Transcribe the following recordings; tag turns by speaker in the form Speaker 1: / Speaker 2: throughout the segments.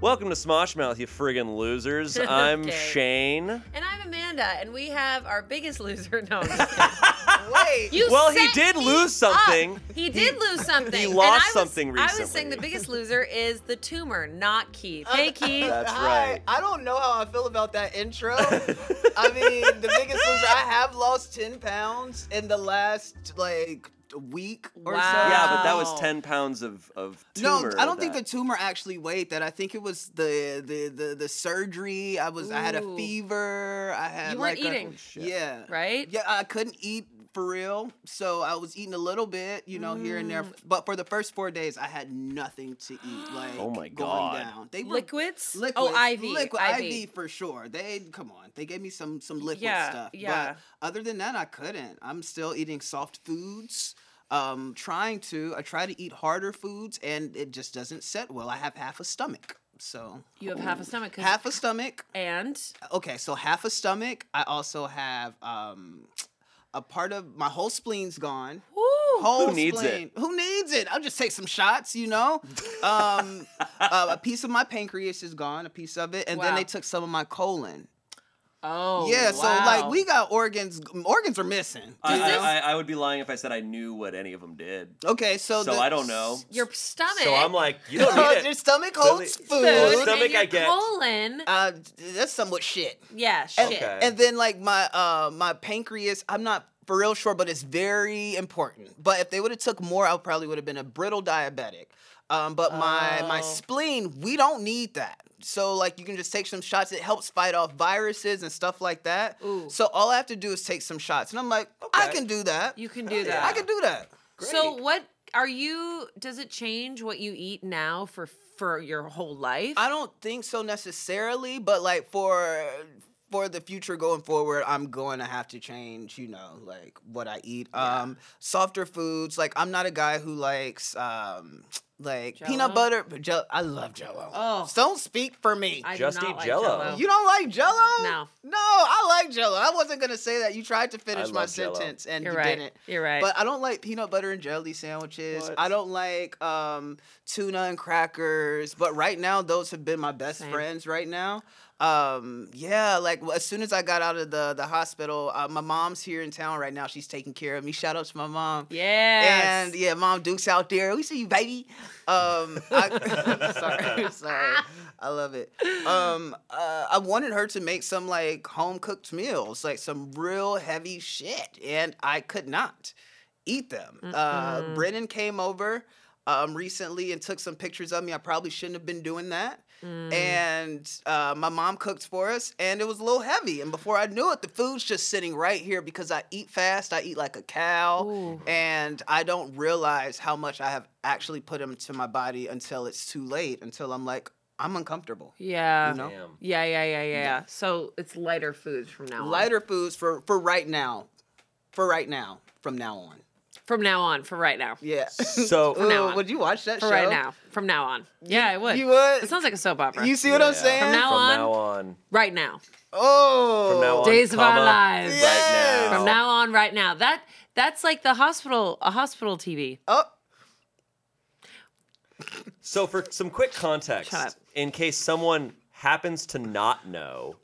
Speaker 1: Welcome to Smosh Mouth, you friggin' losers. I'm
Speaker 2: Okay.
Speaker 1: Shane.
Speaker 2: And I'm Amanda, and we have our biggest loser. No, I'm just kidding.
Speaker 3: Wait.
Speaker 2: you
Speaker 1: Well, he
Speaker 2: set
Speaker 1: did
Speaker 2: me
Speaker 1: lose something.
Speaker 2: up. He did lose something.
Speaker 1: he
Speaker 2: And
Speaker 1: lost
Speaker 2: I was-
Speaker 1: something
Speaker 2: I was saying
Speaker 1: recently.
Speaker 2: the biggest loser is the tumor, not Keith.
Speaker 3: Uh,
Speaker 2: Hey, Keith.
Speaker 1: That's
Speaker 3: Hi.
Speaker 1: right.
Speaker 3: I don't know how I feel about that intro. I mean, the biggest loser. I have lost ten pounds in the last like week or so.
Speaker 2: Wow.
Speaker 1: Yeah, but that was
Speaker 2: Wow.
Speaker 1: 10 pounds of, of
Speaker 3: No,
Speaker 1: tumor.
Speaker 3: I don't think the
Speaker 1: that-
Speaker 3: tumor actually weighed that. I think it was the the the, the surgery. I was I had a
Speaker 2: Ooh.
Speaker 3: fever. I had
Speaker 2: You weren't
Speaker 3: like a-
Speaker 2: eating.
Speaker 1: Shit.
Speaker 3: yeah.
Speaker 2: Right?
Speaker 3: Yeah, I couldn't eat for real. So I was eating a little bit, you know, here and there.
Speaker 2: Mm.
Speaker 3: But for the first four days, I had nothing to eat. Like
Speaker 1: Oh my
Speaker 3: going
Speaker 1: God.
Speaker 3: down. They were
Speaker 2: Liquids?
Speaker 3: Liquid,
Speaker 2: Oh, IV.
Speaker 3: liquid,
Speaker 2: IV.
Speaker 3: for sure. They come on. They gave me some some liquid
Speaker 2: Yeah,
Speaker 3: stuff.
Speaker 2: yeah.
Speaker 3: But other than that, I couldn't. I'm still eating soft foods. Um, trying to. I try to eat harder foods, and it just doesn't set well. I have half a stomach. So
Speaker 2: You have half a stomach. 'cause-
Speaker 3: half a stomach.
Speaker 2: and
Speaker 3: Okay, so half a stomach. I also have um, a part of my whole spleen's gone.
Speaker 2: Woo.
Speaker 3: Whole
Speaker 1: Who needs
Speaker 3: spleen. Who needs it? I'll just take some shots, you know. Um, uh, a piece of my pancreas is gone, a piece of it, and then
Speaker 2: Wow.
Speaker 3: they took some of my colon.
Speaker 2: Oh.
Speaker 3: yeah, so
Speaker 2: wow.
Speaker 3: like we got organs. Organs are missing.
Speaker 1: I,
Speaker 3: you
Speaker 1: I,
Speaker 3: know?
Speaker 1: I, I would be lying if I said I knew what any of them did.
Speaker 3: okay, so
Speaker 1: so
Speaker 3: the-
Speaker 1: I don't know.
Speaker 2: Your stomach.
Speaker 1: So I'm like, you don't need
Speaker 3: your
Speaker 1: it.
Speaker 3: stomach holds
Speaker 1: Stomach-
Speaker 3: food.
Speaker 1: Well,
Speaker 2: food
Speaker 1: stomach
Speaker 2: and your
Speaker 1: I get.
Speaker 2: colon.
Speaker 3: Uh, that's somewhat shit.
Speaker 2: yeah,
Speaker 3: And,
Speaker 2: shit.
Speaker 1: Okay.
Speaker 3: and then like my uh my pancreas, I'm not for real sure, but it's very important. But if they would have took more, I probably would have been a brittle diabetic. Um, but my my
Speaker 2: Oh.
Speaker 3: spleen, we don't need that. So like you can just take some shots. It helps fight off viruses and stuff like that.
Speaker 2: Ooh.
Speaker 3: So all I have to do is take some shots, and I'm like, I
Speaker 1: Okay.
Speaker 3: can do that.
Speaker 2: You can do
Speaker 1: yeah.
Speaker 2: that.
Speaker 3: I can do that.
Speaker 2: So what are you does it change what you eat now for for your whole life?
Speaker 3: I don't think so necessarily, but like for for the future going forward, I'm going to have to change, you know, like what I eat. Um softer foods, like I'm not a guy who likes um like
Speaker 2: Jell-O?
Speaker 3: peanut butter, but jell- I love jello.
Speaker 2: Oh.
Speaker 3: Don't speak for me.
Speaker 2: I do
Speaker 1: Just
Speaker 2: not
Speaker 1: eat
Speaker 2: like
Speaker 1: Jell-O.
Speaker 2: Jell-O.
Speaker 3: you don't like jello?
Speaker 2: No.
Speaker 3: No, I like jello. I wasn't going to say that. You tried to finish my
Speaker 1: love Jell-O.
Speaker 3: sentence and
Speaker 2: You're
Speaker 3: you
Speaker 2: right.
Speaker 3: didn't.
Speaker 2: You're right.
Speaker 3: But I don't like peanut butter and jelly sandwiches.
Speaker 1: What?
Speaker 3: I don't like um, tuna and crackers. But right now, those have been my best
Speaker 2: Same.
Speaker 3: friends. Right now, um, yeah. Like as soon as I got out of the the hospital, uh, my mom's here in town right now. She's taking care of me. Shout out to my mom.
Speaker 2: yes.
Speaker 3: And yeah, Mom Duke's out there. We see you, baby. Um, I, sorry, sorry. I love it. Um, uh, I wanted her to make some like home cooked meals, like some real heavy shit, and I could not eat them. Uh, Brennan came over um, recently and took some pictures of me. I probably shouldn't have been doing that.
Speaker 2: Mm.
Speaker 3: And uh, my mom cooked for us, and it was a little heavy. And before I knew it, the food's just sitting right here because I eat fast. I eat like a cow,
Speaker 2: Ooh.
Speaker 3: and I don't realize how much I have actually put into my body until it's too late. Until I'm like, I'm uncomfortable.
Speaker 2: yeah.
Speaker 3: You know?
Speaker 1: Damn.
Speaker 2: Yeah, yeah, yeah, yeah, yeah. So it's lighter foods from now on.
Speaker 3: Lighter foods for for right now, for right now, from now on.
Speaker 2: From now on, for right now.
Speaker 3: Yeah.
Speaker 1: So,
Speaker 2: now
Speaker 3: Ooh,
Speaker 2: on.
Speaker 3: would you watch that
Speaker 2: For
Speaker 3: show?
Speaker 2: right now. From now on. Yeah, I would.
Speaker 3: You would.
Speaker 2: It sounds like a soap opera.
Speaker 3: You see what I'm
Speaker 1: Yeah.
Speaker 3: saying?
Speaker 2: From now
Speaker 1: from
Speaker 2: on.
Speaker 1: now on,
Speaker 2: right now.
Speaker 3: Oh.
Speaker 1: from now on,
Speaker 2: Days of our
Speaker 1: comma,
Speaker 2: lives.
Speaker 1: Right
Speaker 3: Yes.
Speaker 1: now.
Speaker 2: From now on, right now. That that's like the hospital a hospital TV.
Speaker 3: Oh.
Speaker 1: So, for some quick context,
Speaker 2: Shut up.
Speaker 1: in case someone happens to not know,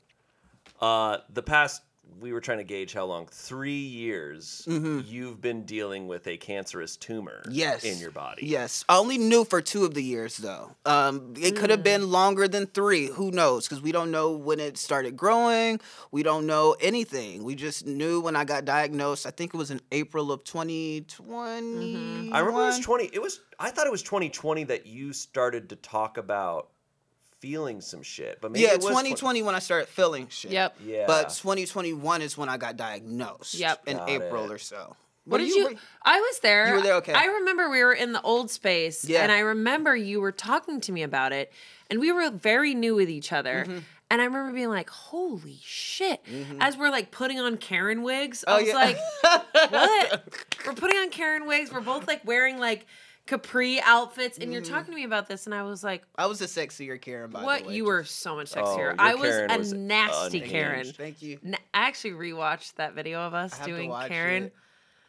Speaker 1: uh, the past we were trying to gauge how long three years you've been dealing with a cancerous tumor
Speaker 3: Mm-hmm. Yes.
Speaker 1: in your body.
Speaker 3: Yes. I only knew for two of the years, though. Um, it could
Speaker 2: Mm.
Speaker 3: have been longer than three. Who knows? Because we don't know when it started growing. We don't know anything. We just knew when I got diagnosed. I think it was in April of 2020.
Speaker 2: Mm-hmm.
Speaker 1: I remember it was twenty. It was I thought it was twenty twenty that you started to talk about feeling some shit, but maybe
Speaker 3: Yeah,
Speaker 1: it was
Speaker 3: 2020 when I started feeling shit.
Speaker 2: Yep.
Speaker 1: Yeah,
Speaker 3: But 2021 is when I got diagnosed.
Speaker 2: Yep.
Speaker 3: In
Speaker 1: Got
Speaker 3: April
Speaker 1: it.
Speaker 3: or so.
Speaker 2: What
Speaker 3: Were
Speaker 2: did you?
Speaker 3: were-
Speaker 2: I was there.
Speaker 3: You were there, okay.
Speaker 2: I remember we were in the old space,
Speaker 3: Yeah.
Speaker 2: and I remember you were talking to me about it, and we were very new with each other.
Speaker 3: Mm-hmm.
Speaker 2: And I remember being like, "Holy shit!" As we're like putting on Karen wigs, I
Speaker 3: Oh,
Speaker 2: was
Speaker 3: yeah.
Speaker 2: like, "What?" we're putting on Karen wigs. We're both like wearing like capri outfits, and you're talking to me about this, and I was like,
Speaker 3: I was a sexier Karen, Mm-hmm. by
Speaker 2: "What?"
Speaker 3: the way.
Speaker 2: you were so much
Speaker 1: Oh,
Speaker 2: sexier.
Speaker 1: your
Speaker 2: I was
Speaker 1: Karen
Speaker 2: a
Speaker 1: was
Speaker 2: nasty
Speaker 1: unhinged.
Speaker 2: Karen.
Speaker 3: Thank you.
Speaker 2: N- I actually rewatched that video of us
Speaker 3: I have to
Speaker 2: doing
Speaker 3: watch
Speaker 2: Karen.
Speaker 3: it.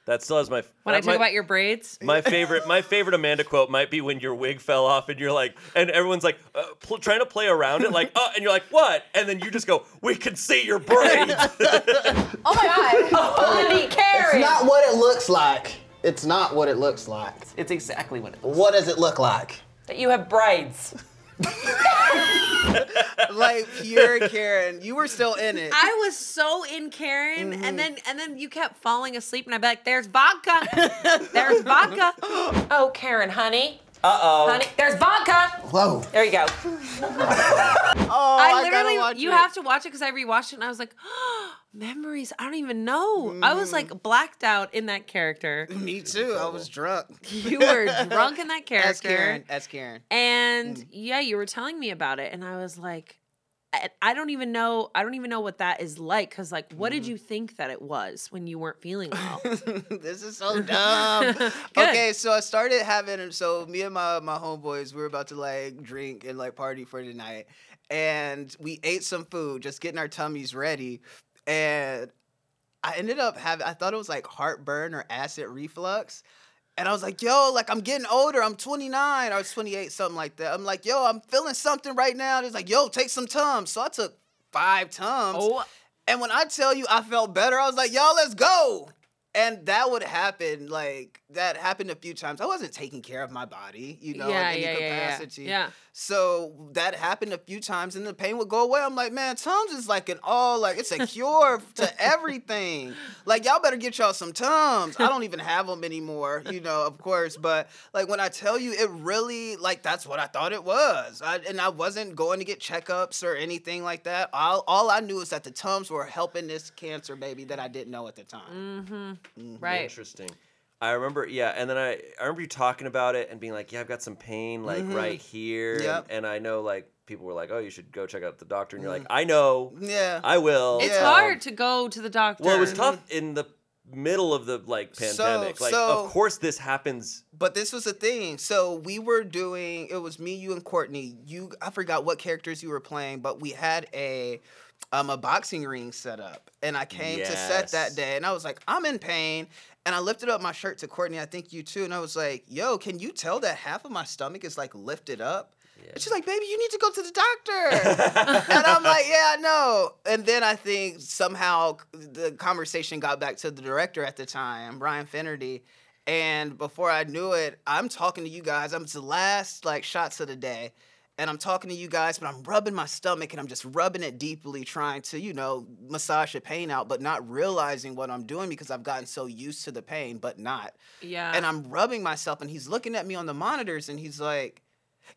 Speaker 1: That still has my.
Speaker 2: When I
Speaker 1: that
Speaker 2: talk
Speaker 1: might-
Speaker 2: about your braids,
Speaker 1: My favorite, my favorite Amanda quote might be when your wig fell off and you're like, and everyone's like uh, pl- trying to play around it, like, uh, and you're like, what? And then you just go, we can see your braids.
Speaker 4: Oh my god. Holy Karen.
Speaker 5: Not what it looks like. It's not what it looks like.
Speaker 6: It's exactly what it looks
Speaker 5: What does it look like?
Speaker 4: That you have braids.
Speaker 3: like pure Karen. You were still in it.
Speaker 2: I was so in Karen,
Speaker 4: Mm-hmm.
Speaker 2: and then and then you kept falling asleep, and I'd be like, "There's vodka, there's vodka."
Speaker 4: Oh, Karen, honey. Uh-oh. Honey, there's vodka.
Speaker 5: Whoa.
Speaker 4: There you go.
Speaker 3: oh,
Speaker 2: I
Speaker 3: gotta watch
Speaker 2: literally, you
Speaker 3: it.
Speaker 2: have to watch it because I rewatched it, and I was like, "Memories." I don't even know. I
Speaker 3: Mm-hmm.
Speaker 2: was like blacked out in that character.
Speaker 3: Me too. I was drunk.
Speaker 2: You were drunk in that character.
Speaker 3: That's Karen. That's Karen.
Speaker 2: and
Speaker 3: Mm.
Speaker 2: yeah you were telling me about it and i was like I, I don't even know i don't even know what that is like because like what
Speaker 3: Mm-hmm.
Speaker 2: did you think that it was when you weren't feeling well
Speaker 3: this is so dumb. okay, so I started having so me and my my homeboys we were about to like drink and like party for the night, and we ate some food, just getting our tummies ready, and I ended up having I thought it was like heartburn or acid reflux. And I was like, yo, like I'm getting older. I'm 29 or 28, something like that. I'm like, yo, I'm feeling something right now. It's like, yo, take some Tums. So I took five Tums.
Speaker 2: oh
Speaker 3: And when I tell you I felt better, I was like, y'all, let's go. And that would happen, like that happened a few times. I wasn't taking care of my body, you know,
Speaker 2: yeah
Speaker 3: in any
Speaker 2: yeah, yeah yeah
Speaker 3: capacity.
Speaker 2: yeah
Speaker 3: So that happened a few times, and the pain would go away. I'm like, man, Tums is like an all, like it's a cure to everything. Like y'all better get y'all some Tums. I don't even have them anymore, you know, of course. But like when I tell you, it really like that's what I thought it was, I, and I wasn't going to get checkups or anything like that. All all I knew is that the Tums were helping this cancer baby that I didn't know at the time.
Speaker 2: Mm-hmm.
Speaker 3: Mm-hmm.
Speaker 2: right
Speaker 1: Interesting. I remember, yeah, and then I, I remember you talking about it and being like, yeah, I've got some pain like right here, and-
Speaker 3: Yep.
Speaker 1: and, I know like people were like, oh, you should go check out the doctor, and you're like, I know,
Speaker 3: Yeah.
Speaker 1: I will. Um,
Speaker 2: it's
Speaker 3: Yeah.
Speaker 2: hard to go to the doctor
Speaker 1: Well, it was tough in the middle of the like
Speaker 3: So-
Speaker 1: pandemic. like,
Speaker 3: so-
Speaker 1: of course, this happens.
Speaker 3: But this was the thing. So we were doing. It was me, you, and Courtney. You, I forgot what characters you were playing, but we had a um a boxing ring set up, and I came to set
Speaker 1: Yes.
Speaker 3: that day, and I was like, I'm in pain, and I lifted up my shirt to Courtney. I think you too, and I was like, Yo, can you tell that half of my stomach is like lifted up? And she's like, Baby, you need to go to the doctor. and I'm like, Yeah, I know. And then I think somehow the conversation got back to the director at the time, Brian Finnerty. And before I knew it, I'm talking to you guys. I'm it's the last like shots of the day. And I'm talking to you guys, but I'm rubbing my stomach and I'm just rubbing it deeply, trying to, you know, massage the pain out, but not realizing what I'm doing because I've gotten so used to the pain, but not.
Speaker 2: yeah
Speaker 3: And I'm rubbing myself and he's looking at me on the monitors and he's like,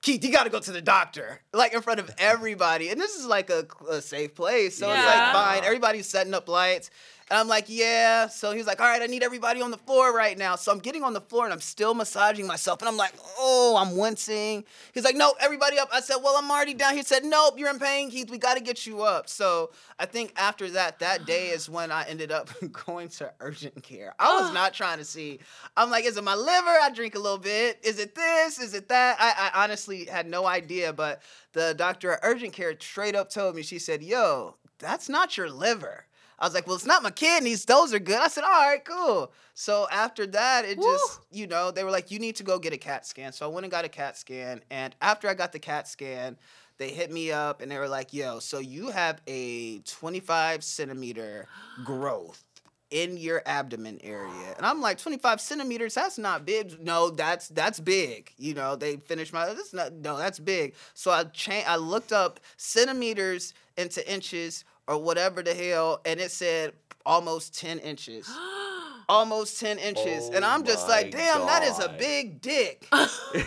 Speaker 3: Keith, you gotta go to the doctor, like in front of everybody. And this is like a, a safe place. So it's like
Speaker 2: Yeah.
Speaker 3: fine. Everybody's setting up lights. And I'm like, yeah. So he was like, all right, I need everybody on the floor right now. So I'm getting on the floor and I'm still massaging myself. And I'm like, oh, I'm wincing. He's like, no, everybody up. I said, well, I'm already down. He said, nope, you're in pain, Keith. We gotta get you up. So I think after that, that day is when I ended up going to urgent care. I was not trying to see. I'm like, is it my liver? I drink a little bit. Is it this? Is it that? I, I honestly had no idea, but the doctor at urgent care straight up told me, she said, yo, that's not your liver. I was like, well, it's not my kidneys. Those are good. I said, all right, cool. So after that, it just, you know, they were like, you need to go get a CAT scan. So I went and got a CAT scan. And after I got the CAT scan, they hit me up and they were like, yo, so you have a 25 centimeter growth in your abdomen area. And I'm like, 25 centimeters, that's not big. No, that's that's big. You know, they finished my that's not no, that's big. So I cha- I looked up centimeters into inches or whatever the hell, and it said almost 10 inches. almost 10 inches. and
Speaker 1: Oh
Speaker 3: I'm just
Speaker 1: my
Speaker 3: like, damn, that is a
Speaker 1: God.
Speaker 3: big dick.
Speaker 1: You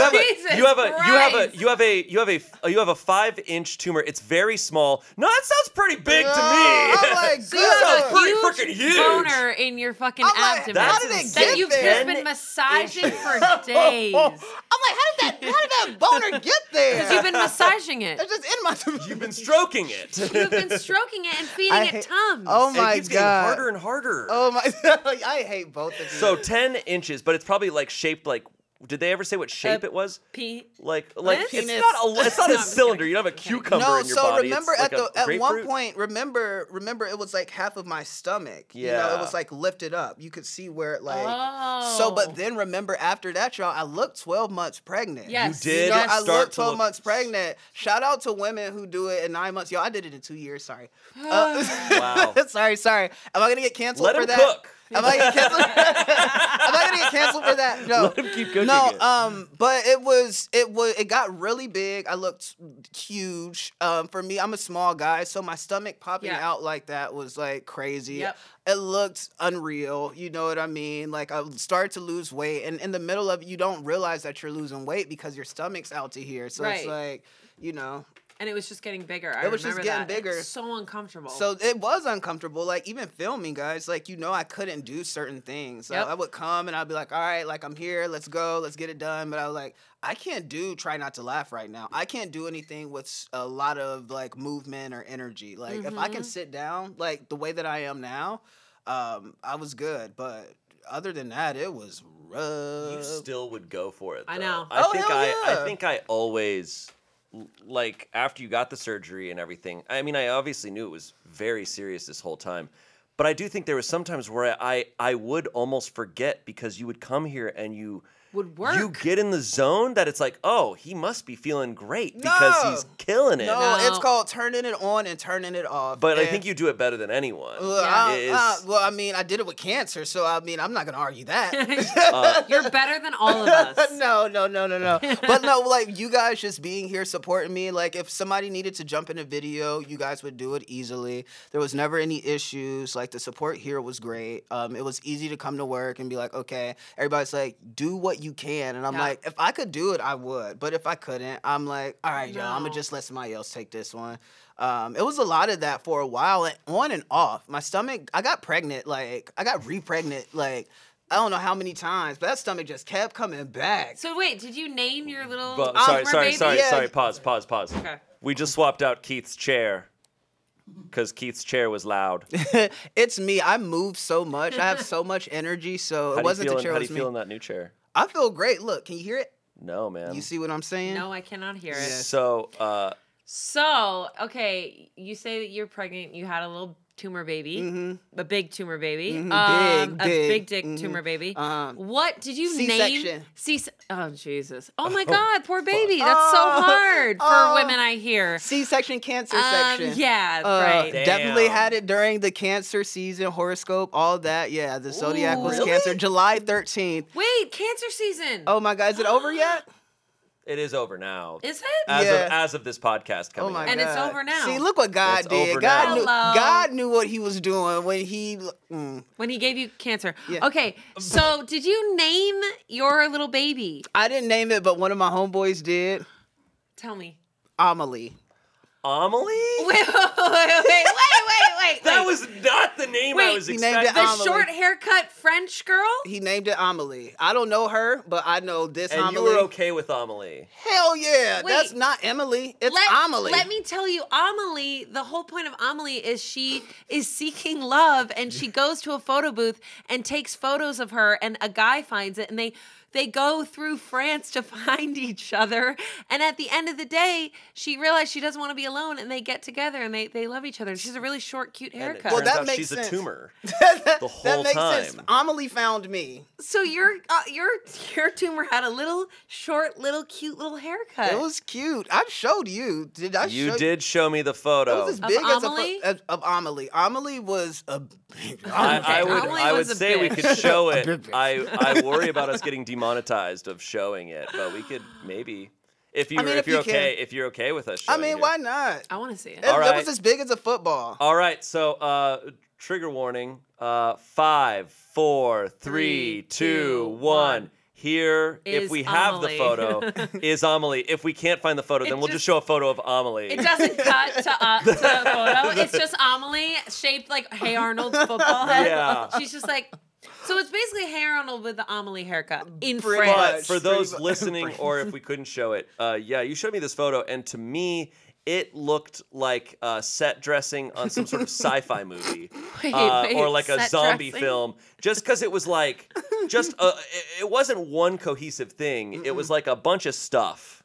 Speaker 1: have,
Speaker 2: Jesus
Speaker 1: a, you have a you have a
Speaker 2: Christ.
Speaker 1: you have a you have a you have a five inch tumor. It's very small. No, that sounds pretty big to me.
Speaker 3: I'm like,
Speaker 2: so you have
Speaker 1: That's
Speaker 2: a
Speaker 3: good.
Speaker 1: pretty
Speaker 2: huge,
Speaker 1: freaking huge.
Speaker 2: boner in your fucking
Speaker 3: I'm like,
Speaker 2: abdomen
Speaker 1: how
Speaker 3: did
Speaker 2: that
Speaker 3: it get
Speaker 2: you've
Speaker 3: there?
Speaker 2: just been massaging for days
Speaker 3: I'm like, how did that how did that boner get there?
Speaker 2: because you've been massaging it
Speaker 3: It's just in my
Speaker 1: You've been stroking it.
Speaker 2: you've been stroking it and feeding
Speaker 3: I
Speaker 2: it
Speaker 3: hate-
Speaker 2: tums
Speaker 3: Oh
Speaker 1: and
Speaker 3: my
Speaker 1: it keeps getting
Speaker 3: god.
Speaker 1: harder and harder.
Speaker 3: Oh my! I hate both of you.
Speaker 1: So ten inches, but it's probably like shaped like Did they ever say what shape it was?
Speaker 2: P.
Speaker 1: Like, like
Speaker 2: Liz?
Speaker 1: it's
Speaker 3: Penis.
Speaker 1: not a it's not
Speaker 2: No,
Speaker 1: a
Speaker 2: I'm just
Speaker 1: cylinder.
Speaker 2: kidding.
Speaker 1: You don't have a
Speaker 2: I'm kidding.
Speaker 1: cucumber
Speaker 3: no,
Speaker 1: in your
Speaker 3: so
Speaker 1: body.
Speaker 3: remember
Speaker 1: it's
Speaker 3: at
Speaker 1: like
Speaker 3: the
Speaker 1: a
Speaker 3: at one
Speaker 1: grapefruit.
Speaker 3: point, remember, remember it was like half of my stomach. You know, it
Speaker 1: Yeah.
Speaker 3: was like lifted up. You could see where it like
Speaker 2: Oh.
Speaker 3: So but then remember after that, y'all, I looked 12 months pregnant.
Speaker 2: Yes.
Speaker 1: you did
Speaker 3: Yo,
Speaker 2: Yes.
Speaker 3: I
Speaker 1: start
Speaker 3: looked
Speaker 1: to
Speaker 3: 12
Speaker 1: look-
Speaker 3: months pregnant. Shout out to women who do it in nine months. Yo, I did it in two years. Sorry. Uh,
Speaker 1: Wow.
Speaker 3: sorry, sorry. Am I gonna get canceled
Speaker 1: Let
Speaker 3: for
Speaker 1: him
Speaker 3: that?
Speaker 1: cook.
Speaker 3: Am I gonna get canceled? Am I gonna get canceled for that? No.
Speaker 1: Let him keep cooking
Speaker 3: No.
Speaker 1: it.
Speaker 3: Um. But it was. It was. It got really big. I looked huge. Um. For me, I'm a small guy, so my stomach popping
Speaker 2: Yeah.
Speaker 3: out like that was like crazy.
Speaker 2: Yep.
Speaker 3: It looked unreal. You know what I mean? Like I started to lose weight, and in the middle of it, you don't realize that you're losing weight because your stomach's out to here. So
Speaker 2: Right.
Speaker 3: it's like, you know,
Speaker 2: and it was just getting bigger. I
Speaker 3: It was just
Speaker 2: remember
Speaker 3: getting
Speaker 2: that. It was
Speaker 3: bigger.
Speaker 2: So uncomfortable.
Speaker 3: So
Speaker 1: Oh.
Speaker 3: it was uncomfortable. Like even filming, guys. Like you know, I couldn't do certain things. So
Speaker 2: Yep.
Speaker 3: I would come and I'd be like, "All right, like I'm here. Let's go. Let's get it done." But I was like, "I can't do try not to laugh right now. I can't do anything with s- a lot of like movement or energy. Like if
Speaker 1: Mm-hmm.
Speaker 3: I can sit down, like the way that I am now, um, I was good. But other than that, it was rough.
Speaker 1: you still would go for it.
Speaker 2: I
Speaker 1: though.
Speaker 2: know.
Speaker 1: I
Speaker 3: Uh, Oh,
Speaker 1: think
Speaker 3: hell
Speaker 1: I,
Speaker 3: yeah.
Speaker 1: I think I always l- like after you got the surgery and everything. I mean, I obviously knew it was very serious this whole time, but I do think there was sometimes where I I would almost forget because you would come here and you
Speaker 2: would work.
Speaker 1: You get in the zone that it's like, oh, he must be feeling great because
Speaker 3: No.
Speaker 1: he's killing it.
Speaker 3: no, it's
Speaker 2: No.
Speaker 3: called turning it on and turning it off.
Speaker 1: But I
Speaker 3: And-
Speaker 1: think you do it better than anyone.
Speaker 3: Well,
Speaker 2: Yeah.
Speaker 3: I-
Speaker 1: Is-
Speaker 3: I- well, I mean, I did it with cancer, so I mean, I'm not gonna argue that.
Speaker 2: You're better than all of us.
Speaker 3: no, no, no, no, no. But no, like you guys just being here supporting me. Like if somebody needed to jump in a video, you guys would do it easily. There was never any issues. Like the support here was great. Um, it was easy to come to work and be like, okay, everybody's like, do what you can, and I'm
Speaker 2: Yeah.
Speaker 3: like, if I could do it, I would. But if I couldn't, I'm like, all right, yo, I'm
Speaker 2: No.
Speaker 3: gonna just let somebody else take this one. Um, it was a lot of that for a while, and on and off. My stomach, I got pregnant, like I got re-pregnant, like. I don't know how many times, but that stomach just kept coming back.
Speaker 2: So wait, did you name your little?
Speaker 1: But-
Speaker 2: Homer
Speaker 1: sorry, sorry,
Speaker 2: baby?
Speaker 1: sorry,
Speaker 3: Yeah.
Speaker 1: sorry. Pause, pause, pause.
Speaker 2: Okay.
Speaker 1: We just swapped out Keith's chair because Keith's chair was loud. How
Speaker 3: It's me. I move so much. I have so much energy. So
Speaker 1: do
Speaker 3: it
Speaker 1: you
Speaker 3: wasn't
Speaker 1: feel
Speaker 3: the
Speaker 1: in,
Speaker 3: chair.
Speaker 1: how
Speaker 3: It
Speaker 1: do
Speaker 3: was
Speaker 1: you
Speaker 3: me.
Speaker 1: feel in that new chair?
Speaker 3: I feel great. Look, can you hear it?
Speaker 1: No, man.
Speaker 3: You see what I'm saying?
Speaker 2: No, I cannot hear it.
Speaker 1: So, uh,
Speaker 2: So, okay, you say that you're pregnant. You had a little tumor baby, a big tumor baby, um,
Speaker 3: Mm-hmm. big,
Speaker 2: a
Speaker 3: big,
Speaker 2: big dick tumor baby.
Speaker 3: Uh-huh.
Speaker 2: what did you name?
Speaker 3: C-section.
Speaker 2: C. Oh Jesus! Oh my God! Poor baby. That's so hard for
Speaker 3: Oh.
Speaker 2: women. I hear.
Speaker 3: C-section, cancer
Speaker 2: Um,
Speaker 3: section.
Speaker 2: yeah.
Speaker 3: Uh,
Speaker 2: right.
Speaker 3: Definitely
Speaker 1: Damn.
Speaker 3: had it during the cancer season horoscope, all that. Yeah, the zodiac
Speaker 2: Ooh,
Speaker 3: was
Speaker 2: really?
Speaker 3: cancer. July 13th.
Speaker 2: Wait, cancer season.
Speaker 3: Oh my God, is it over yet?
Speaker 1: it is over now.
Speaker 2: is it?
Speaker 1: as,
Speaker 3: Yeah.
Speaker 1: of, as of this podcast coming
Speaker 3: Oh my
Speaker 1: out.
Speaker 2: And
Speaker 3: God.
Speaker 2: it's over now.
Speaker 3: See, look what God
Speaker 1: It's
Speaker 3: did.
Speaker 1: over
Speaker 3: God
Speaker 1: now.
Speaker 3: knew,
Speaker 2: Hello.
Speaker 3: God knew what He was doing when He. mm.
Speaker 2: when he gave you cancer.
Speaker 3: Yeah.
Speaker 2: Okay, so did you name your little baby?
Speaker 3: I didn't name it, but one of my homeboys did.
Speaker 2: Tell me.
Speaker 3: Amelie.
Speaker 1: Amelie?
Speaker 2: Wait, wait, wait, wait, wait.
Speaker 1: that
Speaker 2: wait.
Speaker 1: was not the name
Speaker 2: Wait,
Speaker 1: I was
Speaker 3: he named
Speaker 1: expecting.
Speaker 3: it
Speaker 2: the
Speaker 3: Amelie.
Speaker 2: short haircut French girl.
Speaker 3: He named it Amelie. I don't know her, but I know this
Speaker 1: and
Speaker 3: Amelie.
Speaker 1: you were okay with Amelie.
Speaker 3: Hell yeah.
Speaker 2: Wait.
Speaker 3: That's not Emily. It's
Speaker 2: let,
Speaker 3: Amelie.
Speaker 2: let me tell you, Amelie, the whole point of Amelie is she is seeking love and she goes to a photo booth and takes photos of her and a guy finds it and they they go through France to find each other. And at the end of the day, she realized she doesn't want to be alone and they get together and they, they love each other. And she's a really short, cute
Speaker 1: And it
Speaker 2: haircut.
Speaker 1: turns
Speaker 3: Well, that
Speaker 1: out
Speaker 3: makes
Speaker 1: she's
Speaker 3: sense.
Speaker 1: a tumor.
Speaker 3: that,
Speaker 1: the whole
Speaker 3: makes sense.
Speaker 1: time.
Speaker 3: Amelie found me.
Speaker 2: so your uh, your your tumor had a little short, little cute little haircut.
Speaker 3: It was cute. I showed you. Did I show
Speaker 1: You did show me the photo.
Speaker 3: It was as big as,
Speaker 2: Amelie?
Speaker 3: a, as of Amelie. Amelie was a big
Speaker 1: I, I
Speaker 2: Okay,
Speaker 1: would,
Speaker 2: Amelie
Speaker 1: I would
Speaker 2: was a
Speaker 1: say we
Speaker 2: bitch.
Speaker 1: could show it.
Speaker 3: big bitch.
Speaker 1: I, I worry about us getting demonetized of showing it, but we could maybe if you
Speaker 3: I mean,
Speaker 1: if,
Speaker 3: if
Speaker 1: you're
Speaker 3: you
Speaker 1: okay
Speaker 3: can.
Speaker 1: if you're okay with us.
Speaker 3: I
Speaker 1: Showing
Speaker 3: mean,
Speaker 1: it.
Speaker 3: why not?
Speaker 2: I want to see it.
Speaker 3: It, it
Speaker 1: right.
Speaker 3: was as big as a football.
Speaker 1: All right, so uh, trigger warning. Uh, five, four,
Speaker 2: Three,
Speaker 1: three,
Speaker 2: two,
Speaker 1: two, one.
Speaker 2: one.
Speaker 1: Here,
Speaker 2: Is
Speaker 1: if we have the
Speaker 2: Amelie.
Speaker 1: photo, is Amelie. If we can't find the photo, then
Speaker 2: It
Speaker 1: we'll just,
Speaker 2: just-
Speaker 1: show a photo of Amelie.
Speaker 2: It doesn't cut to, uh, to the photo. It's just Amelie shaped like Hey Arnold football head.
Speaker 1: Yeah.
Speaker 2: She's just like, so it's basically Hey Arnold with the Amelie haircut in
Speaker 3: Pretty
Speaker 1: But
Speaker 2: France.
Speaker 1: for
Speaker 3: Pretty
Speaker 1: those
Speaker 3: much.
Speaker 1: listening, or if we couldn't show it, uh, yeah, you showed me this photo, and to me, it looked like uh, set dressing on some sort of sci-fi movie,
Speaker 2: Wait,
Speaker 1: uh,
Speaker 2: wait,
Speaker 1: or like a
Speaker 2: set
Speaker 1: zombie
Speaker 2: dressing?
Speaker 1: film, just because it was like just a, it- it wasn't one cohesive thing. It was like a bunch of stuff.